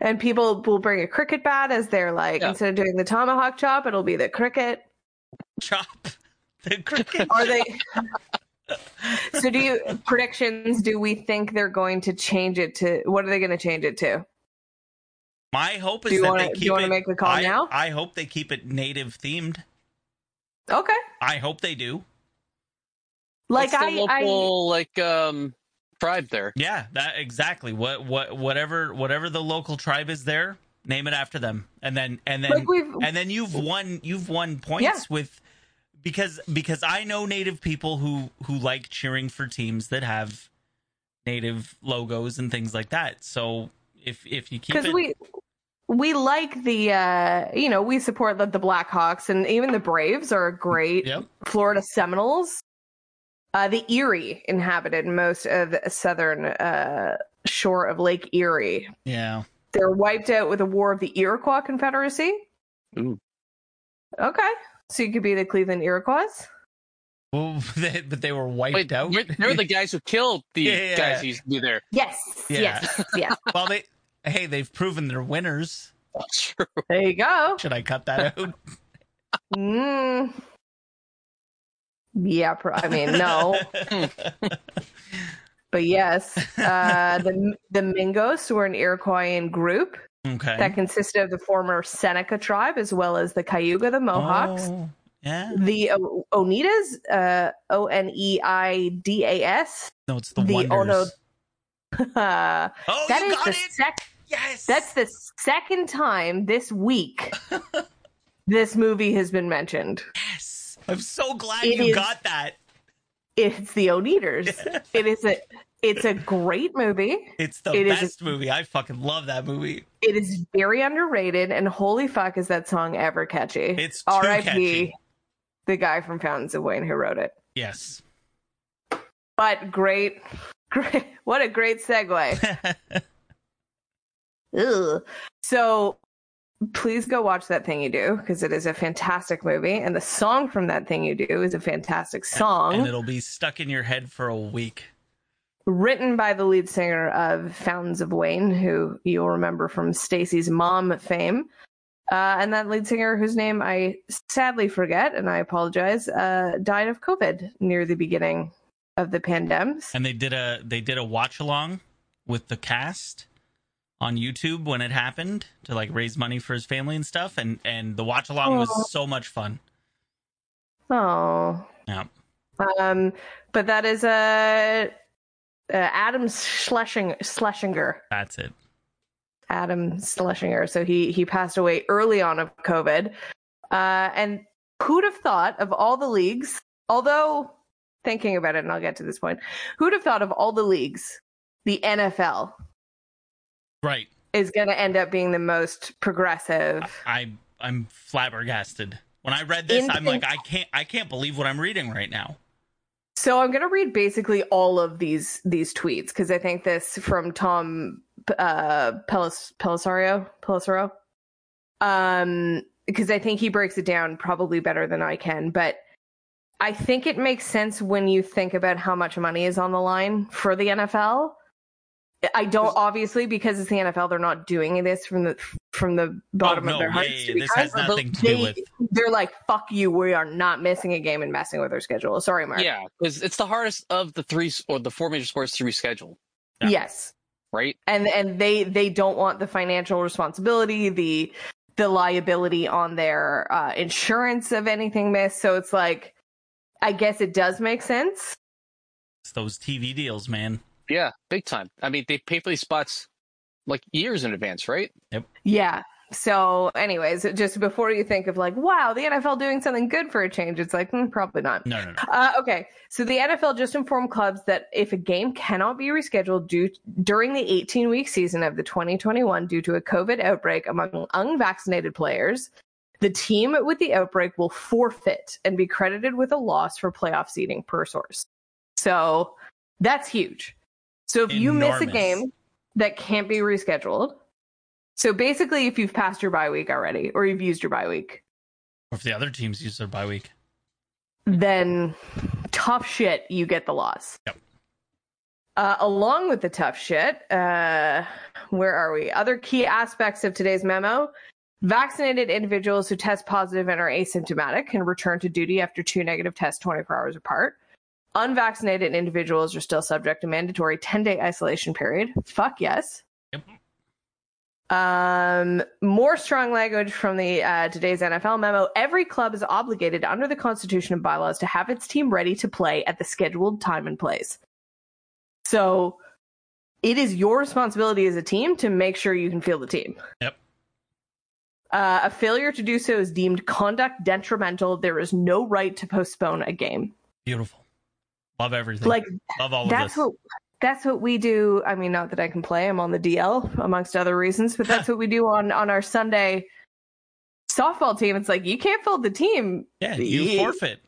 Speaker 2: and people will bring a cricket bat as they're like
Speaker 5: Yeah.
Speaker 2: instead of doing the tomahawk chop, it'll be the cricket.
Speaker 4: chop the cricket.
Speaker 2: Are they? so do you predictions? Do we think they're going to change it to what are they going to change it to?
Speaker 4: My hope is
Speaker 2: Do you
Speaker 4: that
Speaker 2: wanna-
Speaker 4: they
Speaker 2: do you
Speaker 4: keep
Speaker 2: wanna
Speaker 4: it-
Speaker 2: make the call
Speaker 4: I-
Speaker 2: now?
Speaker 4: I hope they keep it native themed.
Speaker 2: Okay,
Speaker 4: I hope they do.
Speaker 2: like
Speaker 5: What's
Speaker 2: I,
Speaker 5: the local like um tribe there.
Speaker 4: Yeah, that exactly. What what whatever whatever the local tribe is there, name it after them, and then and
Speaker 2: I
Speaker 4: then
Speaker 2: like we've
Speaker 4: and then you've won you've won points
Speaker 2: Yeah.
Speaker 4: with because because I know native people who who like cheering for teams that have native logos and things like that. So if if you keep
Speaker 2: because
Speaker 4: it
Speaker 2: we we like the uh you know we support the, the Blackhawks and even the Braves are a great
Speaker 4: Yep.
Speaker 2: Florida Seminoles. Uh, the Erie inhabited most of the southern uh, shore of Lake Erie.
Speaker 4: Yeah.
Speaker 2: They were wiped out with the War of the Iroquois Confederacy.
Speaker 5: Ooh.
Speaker 2: Okay, so you could be the Cleveland Iroquois.
Speaker 4: Well, they, but they were wiped
Speaker 5: Wait,
Speaker 4: out.
Speaker 5: they're they're the guys who killed the
Speaker 4: Yeah, yeah,
Speaker 5: guys
Speaker 4: yeah.
Speaker 5: who used to be there.
Speaker 2: Yes,
Speaker 4: Yeah.
Speaker 2: yes, yes.
Speaker 4: well, they hey, they've proven they're winners.
Speaker 5: Sure.
Speaker 2: There you go.
Speaker 4: Should I cut that out?
Speaker 2: Mm. Yeah, pro- I mean, no, but yes. Uh, the the Mingos were an Iroquoian group
Speaker 4: okay.
Speaker 2: that consisted of the former Seneca tribe as well as the Cayuga, the Mohawks,
Speaker 4: Oh, yeah.
Speaker 2: the o- Oneidas, uh, O N E I D A S.
Speaker 4: No, it's the,
Speaker 2: The
Speaker 4: Wonders.
Speaker 2: Ono- Uh,
Speaker 4: oh,
Speaker 2: that
Speaker 4: you
Speaker 2: is
Speaker 4: got
Speaker 2: the
Speaker 4: it.
Speaker 2: sec-
Speaker 4: Yes.
Speaker 2: that's the second time this week this movie has been mentioned.
Speaker 4: yes. I'm so glad
Speaker 2: It
Speaker 4: you
Speaker 2: is-
Speaker 4: got that.
Speaker 2: It's the Oneaters. it is a it's a great movie.
Speaker 4: It's the
Speaker 2: It is-
Speaker 4: best movie. I fucking love that movie.
Speaker 2: It is very underrated, and holy fuck, is that song ever catchy?
Speaker 4: It's too
Speaker 2: R.I.P.
Speaker 4: catchy.
Speaker 2: the guy from Fountains of Wayne who wrote it.
Speaker 4: Yes.
Speaker 2: But great, great, what a great segue. Ugh. So please go watch that thing you do because it is a fantastic movie, and the song from that thing you do is a fantastic song.
Speaker 4: and it'll be stuck in your head for a week.
Speaker 2: written by the lead singer of Fountains of Wayne, who you'll remember from Stacy's mom fame. Uh, and that lead singer, whose name I sadly forget, and I apologize, uh, died of COVID near the beginning of the pandemic.
Speaker 4: And they did a they did a watch along with the cast on YouTube when it happened to like raise money for his family and stuff. And and the watch along
Speaker 2: Aw.
Speaker 4: was so much fun.
Speaker 2: Oh,
Speaker 4: Yeah.
Speaker 2: um, but that is uh, uh, Adam Schlesing- Schlesinger.
Speaker 4: That's it.
Speaker 2: Adam Schlesinger. So he he passed away early on of COVID. Uh, and who'd have thought of all the leagues? Although thinking about it, and I'll get to this point, who'd have thought of all the leagues? The NFL
Speaker 4: Right.
Speaker 2: is going to end up being the most progressive.
Speaker 4: I I'm flabbergasted. When I read this, I'm like, I can't I can't believe what I'm reading right now.
Speaker 2: So I'm going to read basically all of these these tweets because I think this from Tom uh, Pelis, Pelisario Pelisaro, um, because I think he breaks it down probably better than I can. But I think it makes sense when you think about how much money is on the line for the NFL. I don't obviously because it's the NFL, they're not doing this from the from the bottom
Speaker 4: Oh, no,
Speaker 2: of their
Speaker 4: yeah,
Speaker 2: hearts.
Speaker 4: yeah,
Speaker 2: to
Speaker 4: yeah,
Speaker 2: be
Speaker 4: this has
Speaker 2: honest,
Speaker 4: nothing to
Speaker 2: they,
Speaker 4: do with-
Speaker 2: They're like, "Fuck you! We are not missing a game and messing with our schedule." Sorry, Mark.
Speaker 5: Yeah, because it's the hardest of the three s- or the four major sports to reschedule,
Speaker 4: Yeah.
Speaker 2: Yes.
Speaker 5: right?
Speaker 2: and and they they don't want the financial responsibility the the liability on their uh, insurance of anything missed so it's like i guess it does make sense
Speaker 4: It's those TV deals, man.
Speaker 5: Yeah, big time. I mean, they pay for these spots like years in advance, right?
Speaker 2: yeah so anyways just before you think of like wow the nfl doing something good for a change it's like hmm, probably not
Speaker 4: No, no, no.
Speaker 2: Uh, okay, so the NFL just informed clubs that if a game cannot be rescheduled due during the 18 week season of the 2021 due to a COVID outbreak among unvaccinated players, the team with the outbreak will forfeit and be credited with a loss for playoff seeding per source. So that's huge. So if you miss a
Speaker 4: Enormous.
Speaker 2: game that can't be rescheduled, so basically if you've passed your bye week already or you've used your bye week,
Speaker 4: Or if the other teams use their bye week.
Speaker 2: then tough shit, you get the loss.
Speaker 4: Yep.
Speaker 2: Uh, along with the tough shit, uh, where are we? Other key aspects of today's memo vaccinated individuals who test positive and are asymptomatic can return to duty after two negative tests 24 hours apart. Unvaccinated individuals are still subject to mandatory 10 day isolation period. Fuck yes.
Speaker 4: Yep.
Speaker 2: Um, more strong language from the uh, today's NFL memo. Every club is obligated under the Constitution and bylaws to have its team ready to play at the scheduled time and place. So, it is your responsibility as a team to make sure you can field the team.
Speaker 4: Yep.
Speaker 2: Uh, a failure to do so is deemed conduct detrimental. There is no right to postpone a game.
Speaker 4: Beautiful. Love everything.
Speaker 2: Like
Speaker 4: Love all of
Speaker 2: that's
Speaker 4: this.
Speaker 2: what that's what we do. I mean, not that I can play. I'm on the DL amongst other reasons, but that's what we do on on our Sunday softball team. It's like you can't field the team.
Speaker 4: yeah, you forfeit.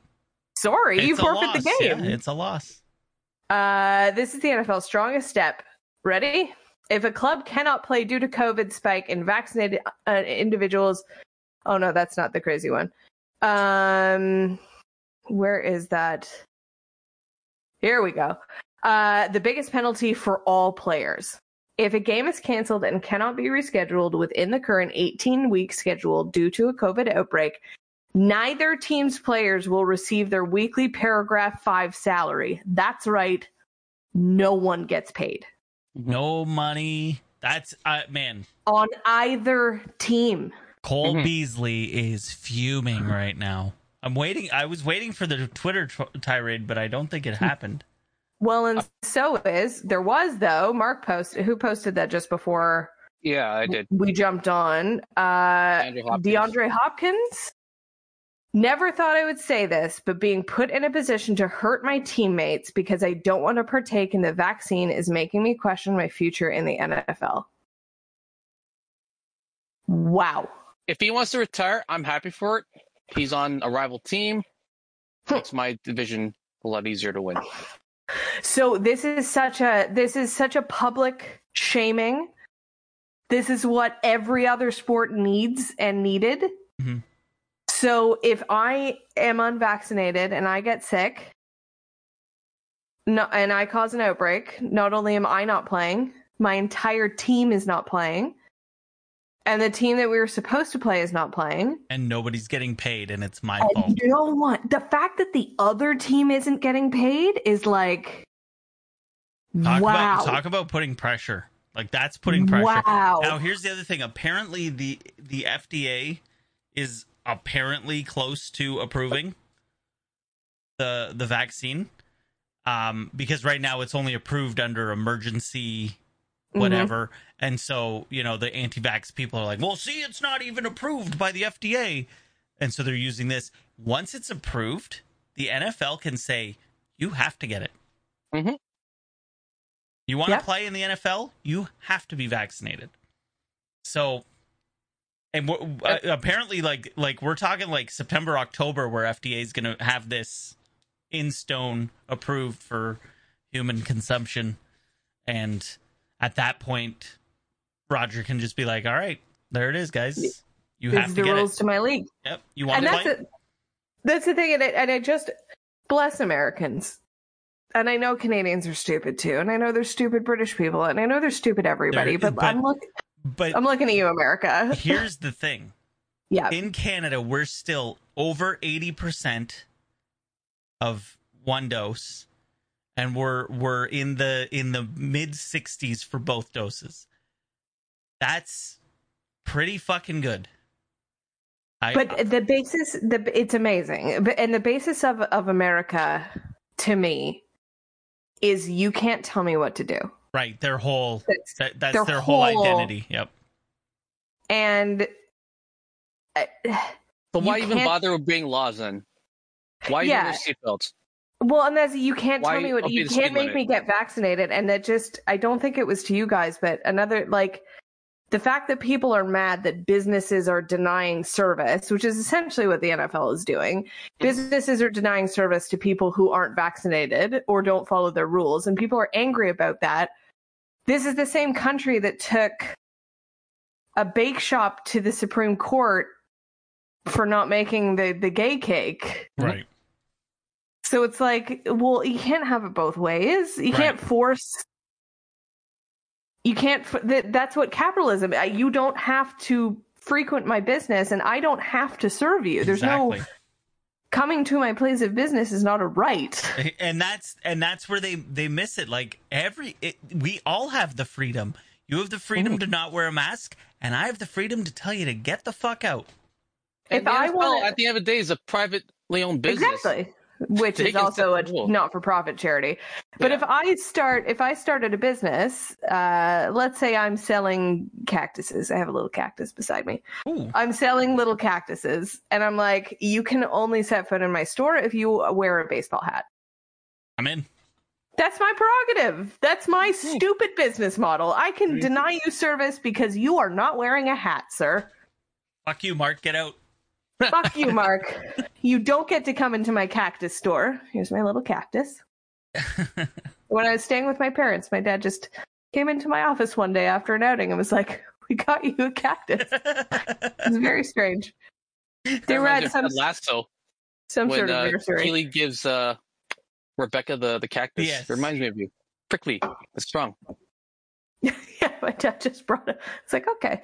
Speaker 2: Sorry, you
Speaker 4: It's a
Speaker 2: forfeit the
Speaker 4: loss.
Speaker 2: game.
Speaker 4: Yeah, it's a loss.
Speaker 2: Uh, this is the NFL's strongest step. Ready? If a club cannot play due to COVID spike in vaccinated uh, individuals, oh no, that's not the crazy one. Um, where is that? Here we go. Uh, the biggest penalty for all players. If a game is canceled and cannot be rescheduled within the current 18 week schedule due to a COVID outbreak, Neither team's players will receive their weekly paragraph five salary. That's right. No one gets paid
Speaker 4: No money. That's uh, man.
Speaker 2: on either team.
Speaker 4: Cole
Speaker 5: Mhm.
Speaker 4: Beasley is fuming right now. I'm waiting. I was waiting for the Twitter t- tirade, but I don't think it happened.
Speaker 2: Well, and so is there was though. Mark posted who posted that just before
Speaker 5: Yeah, I did.
Speaker 2: we jumped on. Uh,
Speaker 5: Andrew Hopkins.
Speaker 2: DeAndre Hopkins Never thought I would say this, but being put in a position to hurt my teammates because I don't want to partake in the vaccine is making me question my future in the NFL. Wow.
Speaker 5: If he wants to retire, I'm happy for it. He's on a rival team.
Speaker 2: Hmm.
Speaker 5: Makes my division a lot easier to win.
Speaker 2: So this is such a this is such a public shaming. This is what every other sport needs and needed.
Speaker 4: Mhm.
Speaker 2: So if I am unvaccinated and I get sick, no, and I cause an outbreak, not only am I not playing, my entire team is not playing, and the team that we were supposed to play is not playing.
Speaker 4: and nobody's getting paid, and it's my fault.
Speaker 2: And you know what? The fact that the other team isn't getting paid is like,
Speaker 4: Talk
Speaker 2: wow.
Speaker 4: about talk about putting pressure. Like that's putting pressure.
Speaker 2: Wow.
Speaker 4: Now here's the other thing. Apparently the the FDA is apparently close to approving the the vaccine. Um because right now it's only approved under emergency whatever. And so, you know, the anti-vax people are like, "Well, see, it's not even approved by the FDA." And so they're using this. Once it's approved, the NFL can say, "You have to get it."
Speaker 5: Mhm.
Speaker 4: You want to
Speaker 2: Yeah.
Speaker 4: play in the NFL? You have to be vaccinated. So, and w- uh, apparently, like like we're talking like September, October, where FDA is going to have this in stone approved for human consumption, and at that point, Roger can just be like, "All right, there it is, guys. You
Speaker 2: This
Speaker 4: have
Speaker 2: is
Speaker 4: to
Speaker 2: the
Speaker 4: get
Speaker 2: rules
Speaker 4: it.
Speaker 2: to my league.
Speaker 4: Yep, you want
Speaker 2: And
Speaker 4: to
Speaker 2: that's
Speaker 4: play."
Speaker 2: it. That's the thing, and I, and I just bless Americans. And I know Canadians are stupid too, and I know they're stupid British people, and I know they're stupid everybody.
Speaker 4: They're-
Speaker 2: But,
Speaker 4: but-
Speaker 2: I'm look,
Speaker 4: But
Speaker 2: I'm looking at you, America.
Speaker 4: here's the thing:
Speaker 2: Yeah,
Speaker 4: in Canada, we're still over 80% of one dose and we're we're in the in the mid 60s for both doses. That's pretty fucking good. I,
Speaker 2: but the basis, the it's amazing, but and the basis of of America to me is you can't tell me what to do.
Speaker 4: right, their whole
Speaker 2: That's-
Speaker 4: that, that's
Speaker 2: their
Speaker 4: their, whole,
Speaker 2: whole-
Speaker 4: identity. Yep.
Speaker 2: and uh, You
Speaker 5: But why even
Speaker 2: can't-
Speaker 5: bother with being laws then? Why even
Speaker 2: Yeah.
Speaker 5: wear seatbelts?
Speaker 2: well and that's you can't
Speaker 5: Why
Speaker 2: tell me what
Speaker 5: up
Speaker 2: you
Speaker 5: the
Speaker 2: can't
Speaker 5: speed
Speaker 2: make
Speaker 5: limit?
Speaker 2: me get vaccinated and that just i don't think it was to you guys but another like the fact that people are mad that businesses are denying service which is essentially what the nfl is doing businesses are denying service to people who aren't vaccinated or don't follow their rules and people are angry about that this is the same country that took a bake shop to the supreme court for not making the the gay cake
Speaker 4: Right.
Speaker 2: so it's like, well, you can't have it both ways. You
Speaker 4: Right.
Speaker 2: can't force. You can't. f- That, that's what capitalism. uh, You don't have to frequent my business, and I don't have to serve you. There's
Speaker 4: exactly.
Speaker 2: no coming to my place of business is not a right.
Speaker 4: and that's and that's where they they miss it like every it, we all have the freedom you have the freedom to not wear a mask and i have the freedom to tell you to get the fuck out
Speaker 2: If
Speaker 5: And the
Speaker 2: I
Speaker 5: NFL,
Speaker 2: wanna-
Speaker 5: at the end of the day, is a privately owned business.
Speaker 2: Exactly. Which
Speaker 5: They
Speaker 2: is
Speaker 5: can
Speaker 2: also a
Speaker 5: set the rule.
Speaker 2: not-for-profit charity. But
Speaker 5: Yeah.
Speaker 2: if I start, if I started a business, uh, let's say I'm selling cactuses. I have a little cactus beside me.
Speaker 4: Ooh.
Speaker 2: I'm selling little cactuses, and I'm like, you can only set foot in my store if you wear a baseball hat.
Speaker 4: i'm in
Speaker 2: That's my prerogative. That's my stupid business model. I can deny you service because you are not wearing a hat, sir.
Speaker 4: fuck you mark get out
Speaker 2: Fuck you, Mark. You don't get to come into my cactus store. Here's my little cactus. when I was staying with my parents, my dad just came into my office one day after an outing and was like, "We got you a cactus." It's very strange. They
Speaker 5: That
Speaker 2: were
Speaker 5: reminds me
Speaker 2: at
Speaker 5: of
Speaker 2: some
Speaker 5: Ted Lasso
Speaker 2: some
Speaker 5: when
Speaker 2: sort of
Speaker 5: uh,
Speaker 2: nursery.
Speaker 5: Keely gives uh, Rebecca the the cactus.
Speaker 4: Yes.
Speaker 5: Reminds me of you. Prickly. It's strong.
Speaker 2: yeah, my dad just brought it. It's like, okay.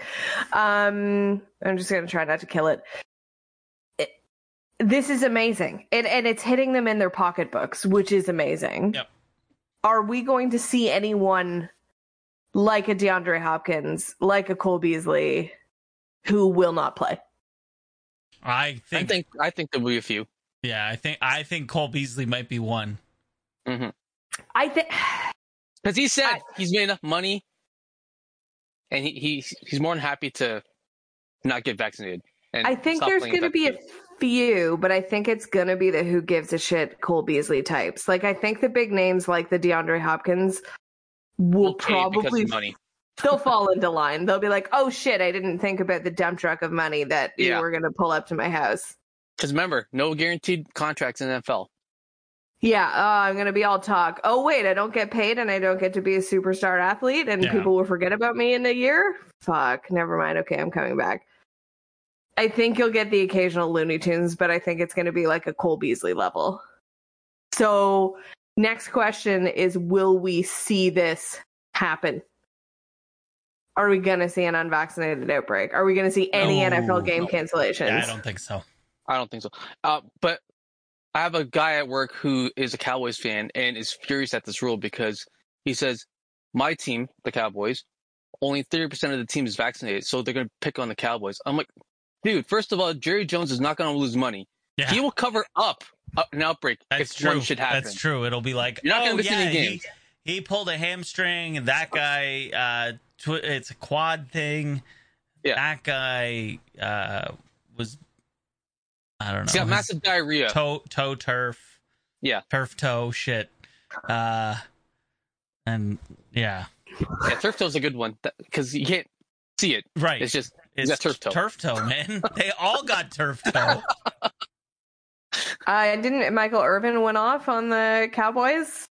Speaker 2: Um, I'm just gonna try not to kill it. it this is amazing. And and it's hitting them in their pocketbooks, which is amazing.
Speaker 4: Yep.
Speaker 2: Are we going to see anyone like a DeAndre Hopkins, like a Cole Beasley, who will not play?
Speaker 4: i think,
Speaker 5: I think I think there'll be a few.
Speaker 4: yeah i think i think cole beasley might be one
Speaker 2: I think
Speaker 5: Because he said
Speaker 2: I-
Speaker 5: he's made enough money, and he, he he's more than happy to not get vaccinated. And
Speaker 2: I think
Speaker 5: stop
Speaker 2: there's
Speaker 5: playing
Speaker 2: going to be a
Speaker 5: vaccinated.
Speaker 2: few, but I think it's gonna be the who gives a shit Cole Beasley types. Like I think the big names like the DeAndre Hopkins will
Speaker 5: We'll pay because of
Speaker 2: probably
Speaker 5: money.
Speaker 2: they'll fall into line. They'll be like, "Oh shit, I didn't think about the dump truck of money that
Speaker 5: Yeah.
Speaker 2: you were gonna pull up to my house."
Speaker 5: Because remember, no guaranteed contracts in NFL.
Speaker 2: Yeah, oh, I'm gonna be all talk. Oh wait, I don't get paid and I don't get to be a superstar athlete, and
Speaker 4: Yeah.
Speaker 2: people will forget about me in a year. Fuck, never mind. Okay, I'm coming back. I think you'll get the occasional Looney Tunes, but I think it's gonna be like a Cole Beasley level. So, next question is: Will we see this happen? Are we gonna see an unvaccinated outbreak? Are we gonna see any
Speaker 4: No,
Speaker 2: NFL game
Speaker 5: no.
Speaker 2: cancellations?
Speaker 4: Yeah, I don't think so.
Speaker 5: I don't think so. Uh, but I have a guy at work who is a Cowboys fan and is furious at this rule because he says, my team, the Cowboys, only 30% of the team is vaccinated, so they're going to pick on the Cowboys. I'm like, dude, first of all, Jerry Jones is not going to lose money.
Speaker 4: Yeah.
Speaker 5: He will cover up uh, an outbreak
Speaker 4: That's
Speaker 5: if
Speaker 4: true.
Speaker 5: one should happen.
Speaker 4: That's true. It'll be like,
Speaker 5: You're not
Speaker 4: oh
Speaker 5: gonna miss
Speaker 4: yeah,
Speaker 5: any
Speaker 4: he,
Speaker 5: games."
Speaker 4: he pulled a hamstring. and That guy, uh, tw- it's a quad thing.
Speaker 5: Yeah.
Speaker 4: That guy uh, was, I don't know,
Speaker 5: He's got
Speaker 4: his
Speaker 5: massive diarrhea.
Speaker 4: toe toe turf.
Speaker 5: Yeah.
Speaker 4: turf toe shit. Uh, and yeah,
Speaker 5: Yeah, turf toe's a good one because you can't see it.
Speaker 4: right.
Speaker 5: It's just
Speaker 4: It's
Speaker 5: got turf toe.
Speaker 4: Turf toe, man. they all got turf toe.
Speaker 2: Uh, didn't Michael Irvin went off on the Cowboys?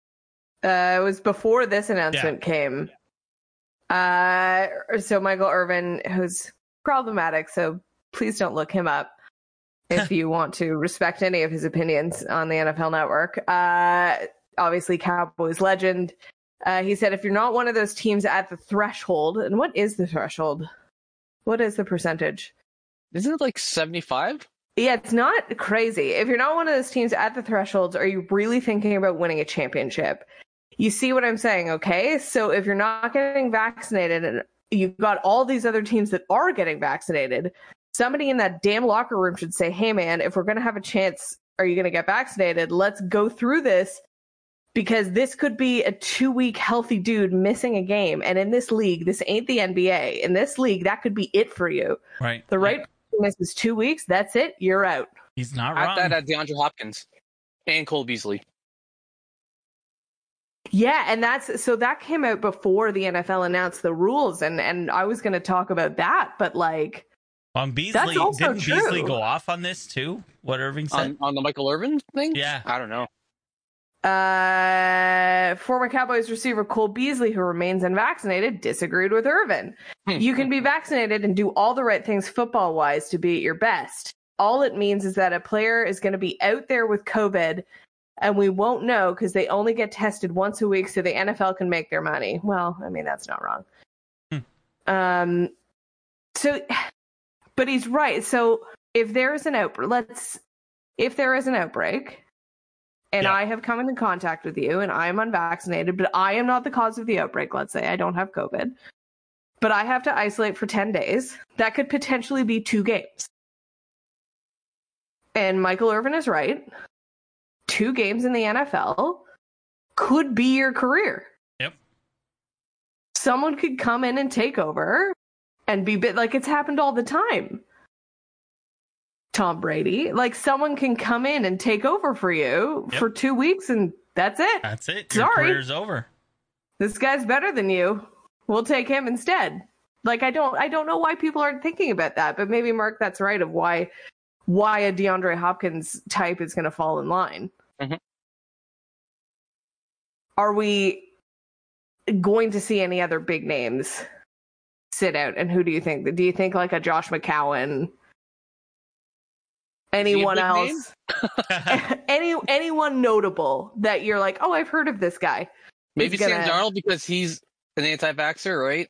Speaker 2: Uh, it was before this announcement came. Uh, so Michael Irvin, who's problematic, so please don't look him up if you want to respect any of his opinions on the NFL Network. Uh, obviously, Cowboys legend. Uh, he said, if you're not one of those teams at the threshold, and what is the threshold? What is the percentage?
Speaker 5: Isn't it like 75?
Speaker 2: Yeah, it's not crazy. If you're not one of those teams at the thresholds, are you really thinking about winning a championship? You see what I'm saying, okay? So if you're not getting vaccinated and you've got all these other teams that are getting vaccinated, somebody in that damn locker room should say, hey, man, if we're going to have a chance, are you going to get vaccinated? Let's go through this because this could be a two week healthy dude missing a game. And in this league, this ain't the NBA. In this league, that could be it for you.
Speaker 4: Right.
Speaker 2: The right person misses two weeks. That's it. You're out.
Speaker 4: He's not
Speaker 5: I
Speaker 4: wrong.
Speaker 5: thought
Speaker 2: uh,
Speaker 5: at DeAndre Hopkins and Cole Beasley.
Speaker 2: Yeah, and that's so that came out before the NFL announced the rules, and and I was going to talk about that, but like,
Speaker 4: On Beasley,
Speaker 2: That's also
Speaker 4: didn't Beasley
Speaker 2: true.
Speaker 4: go off on this too? What Irving said.
Speaker 5: on, on the Michael Irvin thing?
Speaker 4: Yeah.
Speaker 5: I don't know.
Speaker 2: uh, former Cowboys receiver Cole Beasley, who remains unvaccinated, disagreed with Irvin. you can be vaccinated and do all the right things football wise to be at your best. All it means is that a player is going to be out there with COVID and we won't know because they only get tested once a week so the NFL can make their money. Well, I mean, that's not wrong. Um, so, but he's right. So if there is an outbreak, let's, if there is an outbreak, and
Speaker 4: Yeah.
Speaker 2: I have come into contact with you, and I am unvaccinated, but I am not the cause of the outbreak. Let's say I don't have COVID but I have to isolate for 10 days. That could potentially be two games. And Michael Irvin is right. Two games in the NFL could be your career.
Speaker 4: Yep.
Speaker 2: Someone could come in and take over and be bit like it's happened all the time. Tom Brady, like someone can come in and take over for you
Speaker 4: Yep.
Speaker 2: for two weeks and that's it.
Speaker 4: That's it. Your
Speaker 2: Sorry.
Speaker 4: career's over.
Speaker 2: this guy's better than you. We'll take him instead. Like I don't I don't know why people aren't thinking about that, but maybe Mark that's right of why why a DeAndre Hopkins type is going to fall in line.
Speaker 5: Mhm.
Speaker 2: Are we going to see any other big names sit out and who do you think? Do you think like a Josh McCowan anyone
Speaker 5: big
Speaker 2: else?
Speaker 5: name?
Speaker 2: any anyone notable that you're like, "Oh, I've heard of this guy."
Speaker 5: Maybe
Speaker 2: He's gonna-
Speaker 5: Sam Darnold because he's an anti-vaxxer, right?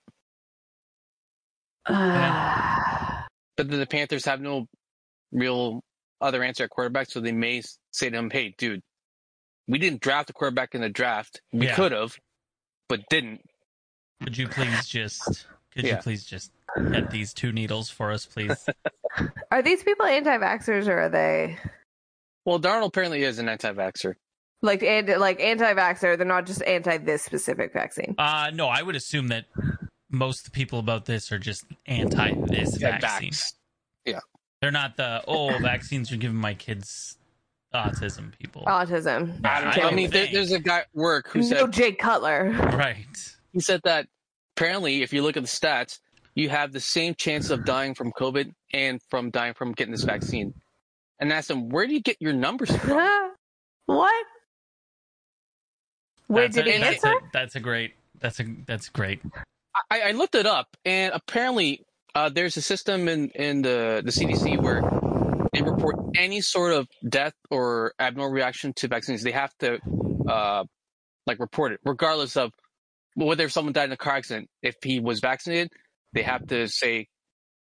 Speaker 5: But then the Panthers have no real other answer at quarterback, so they may s- say to him, "Hey, dude, we didn't draft a quarterback in the draft. We
Speaker 4: Yeah.
Speaker 5: could have, but didn't."
Speaker 4: Could you please just? Could you
Speaker 5: Yeah.
Speaker 4: please just get these two needles for us, please?
Speaker 2: Are these people anti-vaxxers or are they
Speaker 5: Well, Darnold apparently is an anti-vaxxer.
Speaker 2: like and, like anti-vaxxer? They're not just anti this specific vaccine.
Speaker 4: Uh no, I would assume that most people about this are just anti this
Speaker 5: Yeah,
Speaker 4: vaccine.
Speaker 5: vax.
Speaker 4: They're not the oh vaccines are giving my kids autism people.
Speaker 2: Autism.
Speaker 4: I don't
Speaker 5: I,
Speaker 4: know.
Speaker 2: Okay.
Speaker 5: mean, there, there's a guy at work Oh. who
Speaker 2: no
Speaker 5: said
Speaker 2: Jay Cutler.
Speaker 4: Right.
Speaker 5: he said that apparently, if you look at the stats, you have the same chance of dying from COVID and from dying from getting this vaccine. And asked him, where do you get your numbers from?
Speaker 2: what? Where
Speaker 4: That's
Speaker 2: did
Speaker 4: a-
Speaker 2: he
Speaker 4: that's
Speaker 2: answer?
Speaker 4: A, that's a great. That's a that's great.
Speaker 5: I, I looked it up, and apparently uh, there's a system in, in the, the CDC where they report any sort of death or abnormal reaction to vaccines. They have to uh, like report it, regardless of whether if someone died in a car accident. If he was vaccinated, they have to say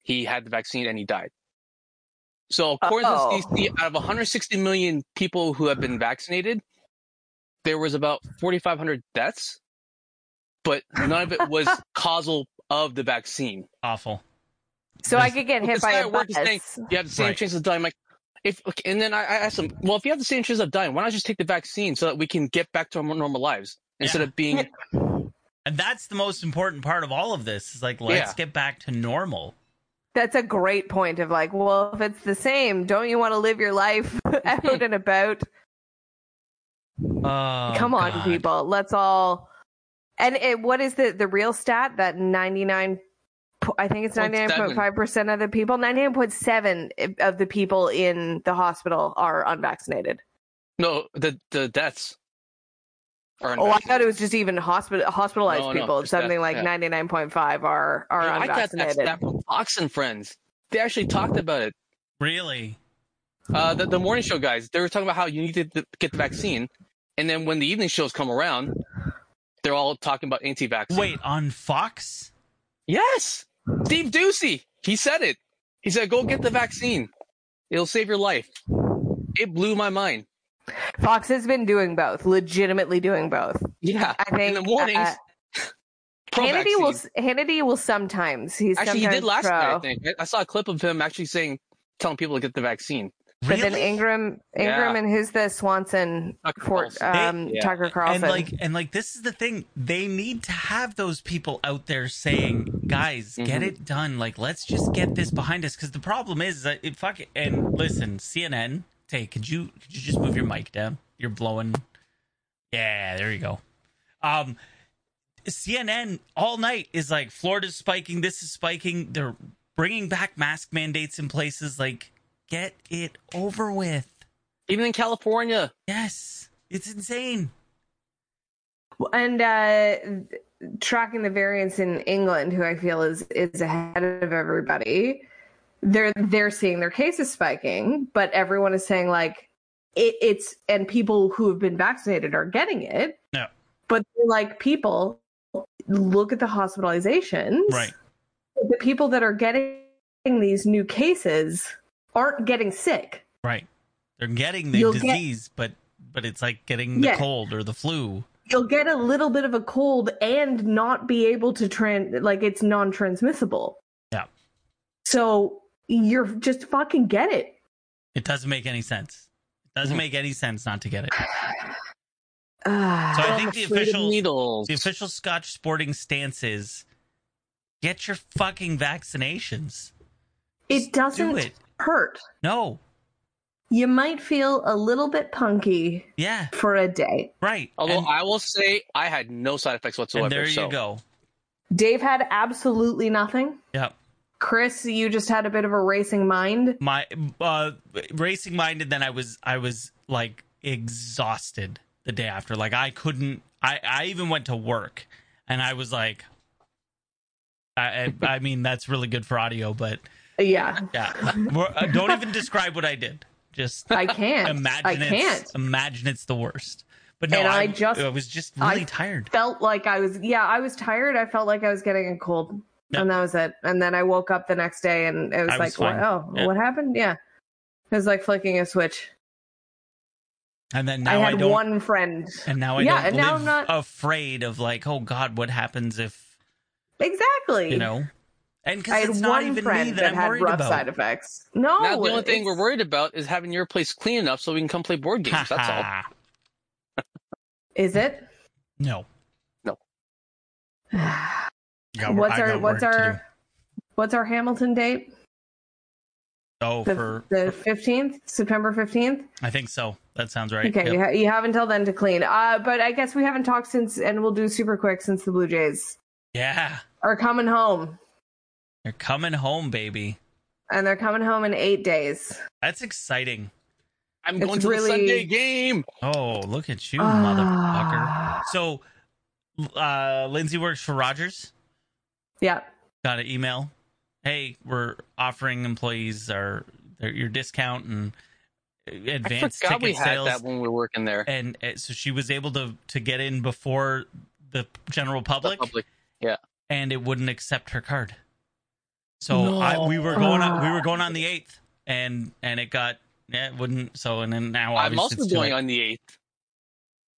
Speaker 5: he had the vaccine and he died. So according
Speaker 2: Oh.
Speaker 5: to the CDC, out of 160 million people who have been vaccinated, there was about 4,500 deaths, but none of it was causal of the vaccine.
Speaker 4: Awful.
Speaker 2: So I could get hit
Speaker 5: This
Speaker 2: by
Speaker 5: guy
Speaker 2: a
Speaker 5: at work
Speaker 2: bus.
Speaker 5: is saying you have the same
Speaker 4: Right. Mm-hmm.
Speaker 5: chance of dying. Like, if okay, and then I, I asked him, well, if you have the same chance of dying, why not just take the vaccine so that we can get back to our more normal lives instead
Speaker 4: Yeah.
Speaker 5: of being
Speaker 4: And that's the most important part of all of this. Is like let's
Speaker 5: Yeah.
Speaker 4: get back to normal.
Speaker 2: That's a great point of like, well, if it's the same, don't you want to live your life out and about?
Speaker 4: Oh,
Speaker 2: Come on,
Speaker 4: God.
Speaker 2: people. Let's all. And it, what is the the real stat that 99 po- I think it's
Speaker 5: Point
Speaker 2: 99.5% of the people, 99.7 of the people in the hospital are unvaccinated.
Speaker 5: no the the deaths. Are
Speaker 2: Oh, I thought it was just even hospital hospitalized
Speaker 5: No, no,
Speaker 2: people.
Speaker 5: just
Speaker 2: something
Speaker 5: that-
Speaker 2: like
Speaker 5: yeah.
Speaker 2: 99.5 are are
Speaker 5: I got that
Speaker 2: unvaccinated.
Speaker 5: stat from Fox and Friends. They actually talked about it.
Speaker 4: Really?
Speaker 5: Uh, the, the morning show guys, they were talking about how you need to th- get the vaccine, and then when the evening shows come around, they're all talking about anti-vaccine.
Speaker 4: Wait, on Fox?
Speaker 5: Yes, Steve Ducey. He said it. He said, "Go get the vaccine. It'll save your life." It blew my mind.
Speaker 2: Fox has been doing both, legitimately doing both.
Speaker 5: Yeah,
Speaker 2: I think
Speaker 5: in the mornings.
Speaker 2: uh,
Speaker 5: pro
Speaker 2: Hannity will
Speaker 5: vaccine.
Speaker 2: Hannity will sometimes he's
Speaker 5: actually. He
Speaker 2: sometimes
Speaker 5: did last
Speaker 2: pro,
Speaker 5: night. I think I- I saw a clip of him actually saying, telling people to get the vaccine.
Speaker 2: but
Speaker 4: Really?
Speaker 2: then Ingram Ingram
Speaker 5: Yeah.
Speaker 2: and who's the Swanson
Speaker 5: Tucker
Speaker 2: Fort
Speaker 5: Carlson.
Speaker 2: um,
Speaker 5: They- yeah.
Speaker 2: Tucker
Speaker 4: and
Speaker 2: Carlson.
Speaker 4: like and like this is the thing. They need to have those people out there saying, "Guys, get
Speaker 5: Mhm.
Speaker 4: it done. Like let's just get this behind us." Cuz the problem is that it fuck it. And listen, CNN, Tay, could you could you just move your mic down? You're blowing Yeah, there you go. Um CNN all night is like Florida's spiking, this is spiking. They're bringing back mask mandates in places like get it over with.
Speaker 5: Even in California,
Speaker 4: Yes. It's insane.
Speaker 2: and uh, tracking the variants in England, who I feel is is ahead of everybody, they're they're seeing their cases spiking, but everyone is saying like it, it's and people who have been vaccinated are getting it.
Speaker 4: No.
Speaker 2: but they're like people look at the hospitalizations.
Speaker 4: Right.
Speaker 2: the people that are getting these new cases aren't getting sick.
Speaker 4: Right. They're getting the
Speaker 2: You'll get-
Speaker 4: disease, but but it's like getting the
Speaker 2: Yeah.
Speaker 4: cold or the flu.
Speaker 2: You'll get a little bit of a cold and not be able to trans like it's non-transmissible.
Speaker 4: Yeah.
Speaker 2: So you're just fucking get it.
Speaker 4: It doesn't make any sense. It
Speaker 5: Mm-hmm.
Speaker 4: doesn't make any sense not to get it.
Speaker 2: Ah.
Speaker 4: So I think the official
Speaker 5: needles.
Speaker 4: the official Scotch sporting stance is get your fucking vaccinations.
Speaker 2: it doesn't
Speaker 4: it.
Speaker 2: hurt.
Speaker 4: No.
Speaker 2: You might feel a little bit punky
Speaker 4: Yeah.
Speaker 2: for a day.
Speaker 4: Right.
Speaker 5: Although
Speaker 4: and,
Speaker 5: I will say, I had no side effects whatsoever.
Speaker 4: and there
Speaker 5: so.
Speaker 4: you go.
Speaker 2: Dave had absolutely nothing.
Speaker 4: Yeah.
Speaker 2: Chris, you just had a bit of a racing mind.
Speaker 4: My uh racing minded then I was I was like exhausted the day after. Like I couldn't I I even went to work and I was like I, I I mean that's really good for audio, but
Speaker 2: Yeah.
Speaker 4: Yeah. We're- uh, don't even describe what I did. Just
Speaker 2: I can't.
Speaker 4: imagine
Speaker 2: I
Speaker 4: it's,
Speaker 2: can't.
Speaker 4: imagine it's the worst. But no,
Speaker 2: And
Speaker 4: I,
Speaker 2: I just-
Speaker 4: I was just really
Speaker 2: I-
Speaker 4: tired.
Speaker 2: felt like I was yeah, I was tired. I felt like I was getting a cold.
Speaker 4: Yeah.
Speaker 2: And that was it. And then I woke up the next day and it was
Speaker 4: I
Speaker 2: like,
Speaker 4: was
Speaker 2: what,
Speaker 4: fine.
Speaker 2: oh,
Speaker 4: Yeah.
Speaker 2: what happened? Yeah. It was like flicking a switch.
Speaker 4: And then
Speaker 2: I
Speaker 4: now I,
Speaker 2: had
Speaker 4: don't
Speaker 2: one friend.
Speaker 4: and now I
Speaker 2: Yeah,
Speaker 4: don't
Speaker 2: and now
Speaker 4: live
Speaker 2: I'm not-
Speaker 4: afraid of like, oh God, what happens if
Speaker 2: Exactly.
Speaker 4: you know and
Speaker 2: I
Speaker 4: because
Speaker 2: had
Speaker 4: it's not
Speaker 2: one
Speaker 4: even
Speaker 2: friend
Speaker 4: me that,
Speaker 2: that
Speaker 4: I'm
Speaker 2: had
Speaker 4: worried
Speaker 2: rough
Speaker 4: about.
Speaker 2: side effects. No,
Speaker 5: Now the only thing
Speaker 2: it's-
Speaker 5: we're worried about is having your place clean enough so we can come play board games. That's all.
Speaker 2: is it.
Speaker 4: No.
Speaker 5: No.
Speaker 4: Yeah,
Speaker 2: what's
Speaker 4: I
Speaker 2: our
Speaker 4: got
Speaker 2: what's
Speaker 4: work to do.
Speaker 2: our what's our Hamilton date?
Speaker 4: Oh,
Speaker 2: The
Speaker 4: for
Speaker 2: the fifteenth, September fifteenth.
Speaker 4: I think so. That sounds right.
Speaker 2: Okay,
Speaker 4: Yep.
Speaker 2: you, ha- you have until then to clean. Uh, but I guess we haven't talked since, and we'll do super quick since the Blue Jays
Speaker 4: Yeah.
Speaker 2: are coming home,
Speaker 4: You're coming home, baby.
Speaker 2: and they're coming home in eight days.
Speaker 4: That's exciting.
Speaker 5: I'm
Speaker 2: It's
Speaker 5: going to
Speaker 2: really-
Speaker 5: the Sunday game.
Speaker 4: Oh, look at you, motherfucker.
Speaker 2: Ah.
Speaker 4: So, uh, Lindsay works for Rogers.
Speaker 2: Yeah.
Speaker 4: Got an email. Hey, we're offering employees our their, your discount and
Speaker 5: I
Speaker 4: advanced
Speaker 5: forgot
Speaker 4: ticket
Speaker 5: we had
Speaker 4: sales.
Speaker 5: that when we were working there.
Speaker 4: And uh, so she was able to to get in before the general
Speaker 5: The
Speaker 4: public,
Speaker 5: public.
Speaker 4: and it wouldn't accept her card. So
Speaker 5: No.
Speaker 4: I, we were going on, we were going
Speaker 5: Oh.
Speaker 4: on the eighth, and and it got yeah, it wouldn't. So and then now
Speaker 5: I'm
Speaker 4: obviously
Speaker 5: also
Speaker 4: it's too
Speaker 5: going
Speaker 4: late.
Speaker 5: on the eighth.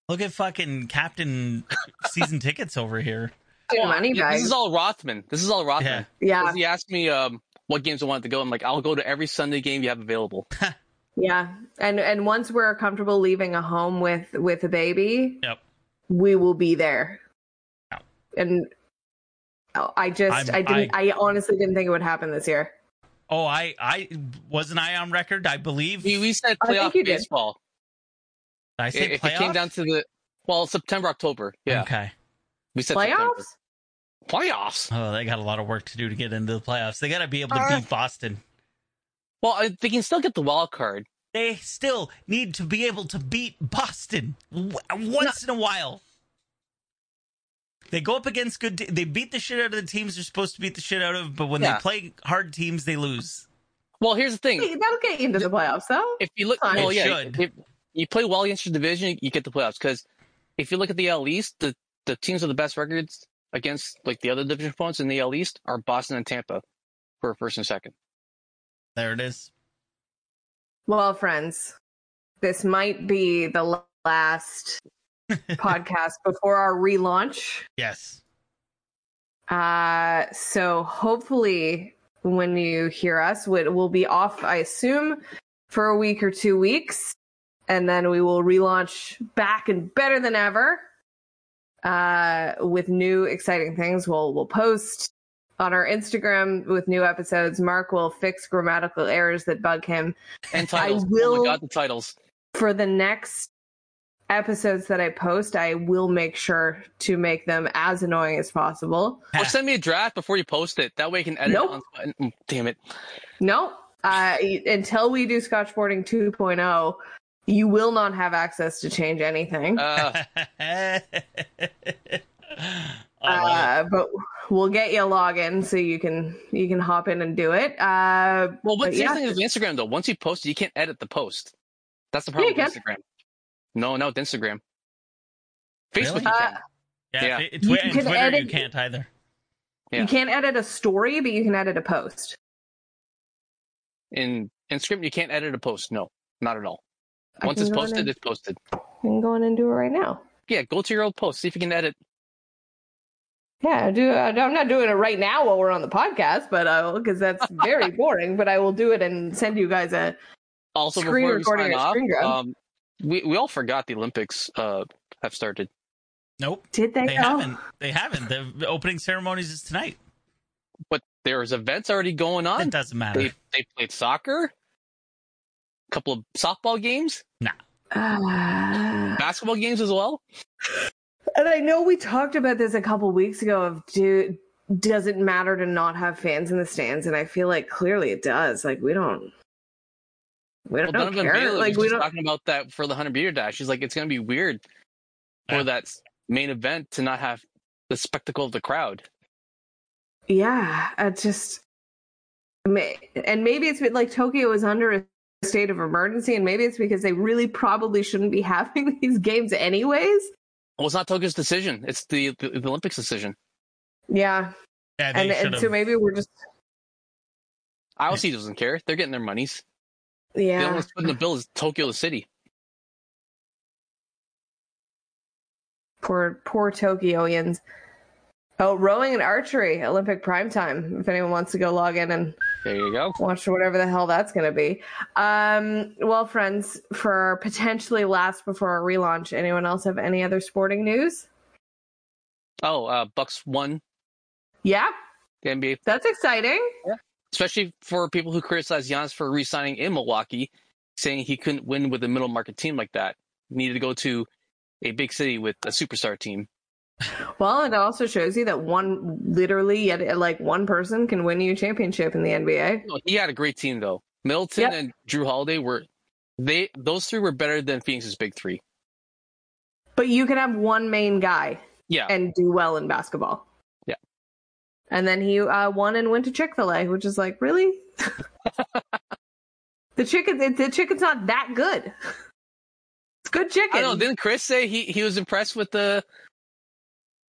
Speaker 4: Look at fucking Captain season tickets over here.
Speaker 2: Dude, money
Speaker 5: Yeah, this
Speaker 2: bags.
Speaker 5: is all Rothman. This is all Rothman.
Speaker 2: yeah.
Speaker 5: 'Cause He asked me um, what games I wanted to go. I'm like, I'll go to every Sunday game you have available.
Speaker 2: Yeah. And and once we're comfortable leaving a home with with a baby,
Speaker 4: Yep.
Speaker 2: we will be there.
Speaker 4: Yeah.
Speaker 2: And oh, I just
Speaker 4: I'm-
Speaker 2: I didn't I, honestly didn't think it would happen this year.
Speaker 4: Oh, I I wasn't I on record. I believe
Speaker 5: We, we said
Speaker 2: I think
Speaker 5: playoff
Speaker 2: you did.
Speaker 5: baseball.
Speaker 4: I
Speaker 5: If-
Speaker 4: said
Speaker 5: if
Speaker 4: playoff.
Speaker 5: it came down to the well September October, yeah,
Speaker 4: Okay.
Speaker 5: we said September.
Speaker 2: Playoffs?
Speaker 5: Playoffs.
Speaker 4: Oh, they got a lot of work to do to get into the playoffs. They got to be able to
Speaker 5: Uh,
Speaker 4: beat Boston.
Speaker 5: Well, I, they can still get the wild card.
Speaker 4: They still need to be able to beat Boston w- once in a while. They go up against good. Te- they beat the shit out of the teams they're supposed to beat the shit out of, but when
Speaker 5: Yeah.
Speaker 4: they play hard teams, they lose.
Speaker 5: Well, here's the thing:
Speaker 2: Hey, That'll get you into the playoffs though.
Speaker 5: if you look,
Speaker 2: Fine.
Speaker 5: well,
Speaker 4: It
Speaker 5: yeah,
Speaker 4: should.
Speaker 5: if you play well against your division, you get the playoffs. Because if you look at the AL East, the the teams with the best records against like the other division opponents in the AL East are Boston and Tampa for first and second.
Speaker 4: There it is.
Speaker 2: Well, friends, this might be the la- last podcast before our relaunch.
Speaker 4: Yes.
Speaker 2: Uh, so hopefully, when you hear us, we- we'll be off, I assume, for a week or two weeks, and then we will relaunch back and better than ever uh, with new exciting things. We'll we'll post on our Instagram with new episodes. Mark will fix grammatical errors that bug him
Speaker 5: And titles. Oh
Speaker 2: will-
Speaker 5: my god, the titles.
Speaker 2: for the next episodes that I post. I will make sure to make them as annoying as possible.
Speaker 5: Or send me a draft before you post it. That way you can edit
Speaker 2: Nope.
Speaker 5: it on. mm, Damn it.
Speaker 2: No, uh, until we do Scotchboarding 2.0, oh, you will not have access to change anything.
Speaker 4: Oh,
Speaker 2: Uh,
Speaker 5: Uh,
Speaker 4: I love it.
Speaker 2: Uh, but we'll get you a login so you can you can hop in and do it. Uh, but
Speaker 5: well, what's
Speaker 2: yeah.
Speaker 5: the thing with Instagram though? Once you post it, you can't edit the post. That's the problem
Speaker 2: Yeah, you
Speaker 5: with Instagram. No, no, with Instagram. Facebook,
Speaker 4: Really?
Speaker 5: you can.
Speaker 4: yeah,
Speaker 5: yeah.
Speaker 4: it- Twi-
Speaker 2: You
Speaker 4: and
Speaker 2: can
Speaker 4: Twitter,
Speaker 2: edit-
Speaker 4: you can't either.
Speaker 5: Yeah.
Speaker 2: You can't edit a story, but you can edit a post.
Speaker 5: in Instagram, you can't edit a post. No, not at all.
Speaker 2: I
Speaker 5: Once
Speaker 2: can
Speaker 5: it's
Speaker 2: go in
Speaker 5: posted,
Speaker 2: and-
Speaker 5: it's posted.
Speaker 2: I'm going and do it right now.
Speaker 5: Yeah, go to your old post, see if you can edit.
Speaker 2: Yeah, I do. I- I'm not doing it right now while we're on the podcast, but because that's very boring. But I will do it and send you guys a
Speaker 5: Also,
Speaker 2: Screen
Speaker 5: before we
Speaker 2: recording
Speaker 5: sign
Speaker 2: or
Speaker 5: off,
Speaker 2: screen grab.
Speaker 5: um, we we all forgot the Olympics uh, have started.
Speaker 4: Nope,
Speaker 2: Did
Speaker 4: they
Speaker 2: go?
Speaker 4: haven't. They haven't. The opening ceremonies is tonight.
Speaker 5: But there's events already going
Speaker 4: It
Speaker 5: on.
Speaker 4: doesn't matter.
Speaker 5: They they played soccer, a couple of softball games,
Speaker 2: Ah.
Speaker 5: basketball games as well.
Speaker 2: And I know we talked about this a couple weeks ago of do does it matter to not have fans in the stands? And I feel like clearly it does. Like we don't we
Speaker 5: Well,
Speaker 2: don't,
Speaker 5: Donovan
Speaker 2: care.
Speaker 5: Bailey
Speaker 2: like
Speaker 5: was
Speaker 2: we
Speaker 5: just
Speaker 2: don't
Speaker 5: talking about that for the hundred meter dash. She's like, it's gonna be weird for
Speaker 4: Yeah.
Speaker 5: that main event to not have the spectacle of the crowd.
Speaker 2: Yeah. I just ma- and maybe it's been like Tokyo is under a state of emergency and maybe it's because they really probably shouldn't be having these games anyways.
Speaker 5: Well, it's not Tokyo's decision. It's the, the, the Olympics decision.
Speaker 2: Yeah.
Speaker 4: yeah, they
Speaker 2: And, and
Speaker 4: should've-
Speaker 2: so maybe we're just
Speaker 5: IOC doesn't care. They're getting their monies. The only
Speaker 2: yeah.
Speaker 5: one's putting the bill is Tokyo the city.
Speaker 2: Poor poor Tokyoans. Oh, rowing and archery, Olympic prime time. If anyone wants to go log in and
Speaker 5: There you go.
Speaker 2: watch whatever the hell that's going to be. Um, well, friends, for potentially last before our relaunch, anyone else have any other sporting news?
Speaker 5: Oh, uh, Bucks won
Speaker 2: Yeah,
Speaker 5: the NBA.
Speaker 2: that's exciting.
Speaker 5: especially for people who criticize Giannis for re-signing in Milwaukee, saying he couldn't win with a middle market team like that. He needed to go to a big city with a superstar team.
Speaker 2: Well, it also shows you that one, literally, yet like one person can win you a championship in the NBA.
Speaker 5: No, He had a great team though. Middleton
Speaker 2: Yep.
Speaker 5: and Drew Holiday were they those three were better than Phoenix's big three.
Speaker 2: But you can have one main guy
Speaker 5: Yeah.
Speaker 2: and do well in basketball.
Speaker 5: Yeah.
Speaker 2: And then he uh, won and went to Chick Fil A, which is like really. the chicken, it, the chicken's not that good. It's good chicken.
Speaker 5: I don't know. Didn't Chris say he, he was impressed with the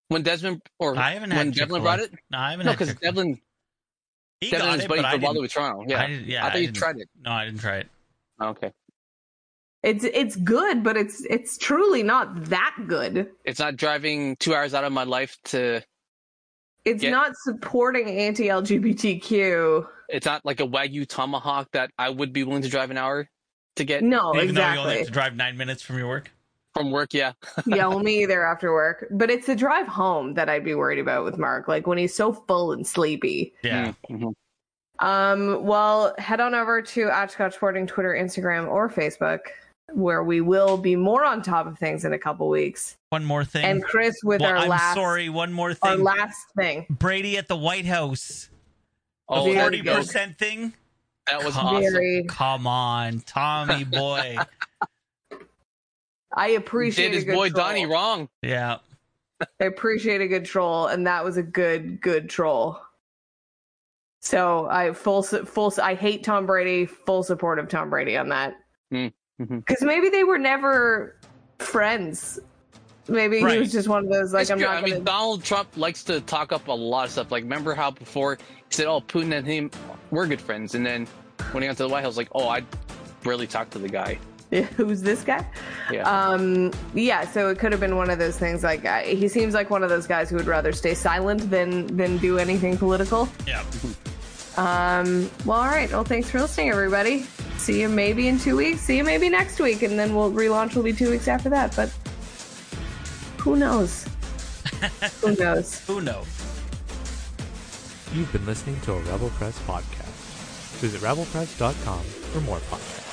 Speaker 5: when Desmond or
Speaker 4: I haven't
Speaker 5: when
Speaker 4: had
Speaker 5: Devlin
Speaker 4: Chick-fil-A.
Speaker 5: brought it?
Speaker 4: No, I haven't
Speaker 5: No,
Speaker 4: had
Speaker 5: because
Speaker 4: Chick-fil-A.
Speaker 5: Devlin
Speaker 4: He
Speaker 5: Devlin
Speaker 4: got
Speaker 5: and his
Speaker 4: it,
Speaker 5: buddy
Speaker 4: but I
Speaker 5: from all the way
Speaker 4: didn't,
Speaker 5: to Toronto.
Speaker 4: I
Speaker 5: Yeah.
Speaker 4: didn't, yeah,
Speaker 5: I thought you
Speaker 4: didn't-
Speaker 5: tried it. Oh,
Speaker 4: No, I didn't try it.
Speaker 5: Okay.
Speaker 2: It's it's good, but it's it's truly not that good.
Speaker 5: It's not driving two hours out of my life to
Speaker 2: It's
Speaker 5: Yeah.
Speaker 2: not supporting anti-LGBTQ.
Speaker 5: it's not like a Wagyu tomahawk that I would be willing to drive an hour to get
Speaker 2: No,
Speaker 4: Even though you only
Speaker 2: Oh, exactly.
Speaker 4: have to drive nine minutes from your work.
Speaker 5: from work, yeah.
Speaker 2: yeah, well, me either after work. But it's the drive home that I'd be worried about with Mark, like when he's so full and sleepy.
Speaker 4: Yeah.
Speaker 5: Mhm.
Speaker 2: Um, well, head on over to at Scotch Sporting Twitter, Instagram, or Facebook, where we will be more on top of things in a couple weeks.
Speaker 4: One more thing.
Speaker 2: And Chris with
Speaker 4: Well,
Speaker 2: our
Speaker 4: I'm
Speaker 2: last
Speaker 4: sorry, one more
Speaker 2: our
Speaker 4: thing.
Speaker 2: last thing.
Speaker 4: Brady at the White House. The
Speaker 5: Oh,
Speaker 2: Yeah.
Speaker 5: there we
Speaker 4: forty
Speaker 5: go.
Speaker 4: percent thing.
Speaker 5: that was
Speaker 4: Come
Speaker 5: awesome.
Speaker 2: Very
Speaker 4: Come on, Tommy boy.
Speaker 2: I appreciate
Speaker 5: Did his
Speaker 2: a good
Speaker 5: boy
Speaker 2: troll.
Speaker 5: Donnie wrong.
Speaker 4: yeah.
Speaker 2: I appreciate a good troll, and that was a good, good troll. So I full su- full. su- I hate Tom Brady. Full support of Tom Brady on that.
Speaker 5: Mm,
Speaker 2: Because
Speaker 5: mhm.
Speaker 2: maybe they were never friends. Maybe he
Speaker 4: Right.
Speaker 2: was just one of those like
Speaker 5: It's
Speaker 2: I'm
Speaker 5: good.
Speaker 2: not
Speaker 5: I
Speaker 2: gonna.
Speaker 5: mean, Donald Trump likes to talk up a lot of stuff. Like, remember how before he said, "Oh, Putin and him, we're good friends," and then when he got to the White House, like, "Oh, I barely talked to the guy."
Speaker 2: who's this guy?
Speaker 5: Yeah,
Speaker 2: Um, yeah. So it could have been one of those things. Like I, he seems like one of those guys who would rather stay silent than than do anything political.
Speaker 4: Yeah.
Speaker 2: Um, well, all right. Well, thanks for listening, everybody. See you maybe in two weeks. See you maybe next week, and then we'll relaunch. Will be two weeks after that, but who knows? who knows?
Speaker 4: Who knows?
Speaker 6: You've been listening to a Rebel Press podcast. Visit rebelpress.com for more podcasts.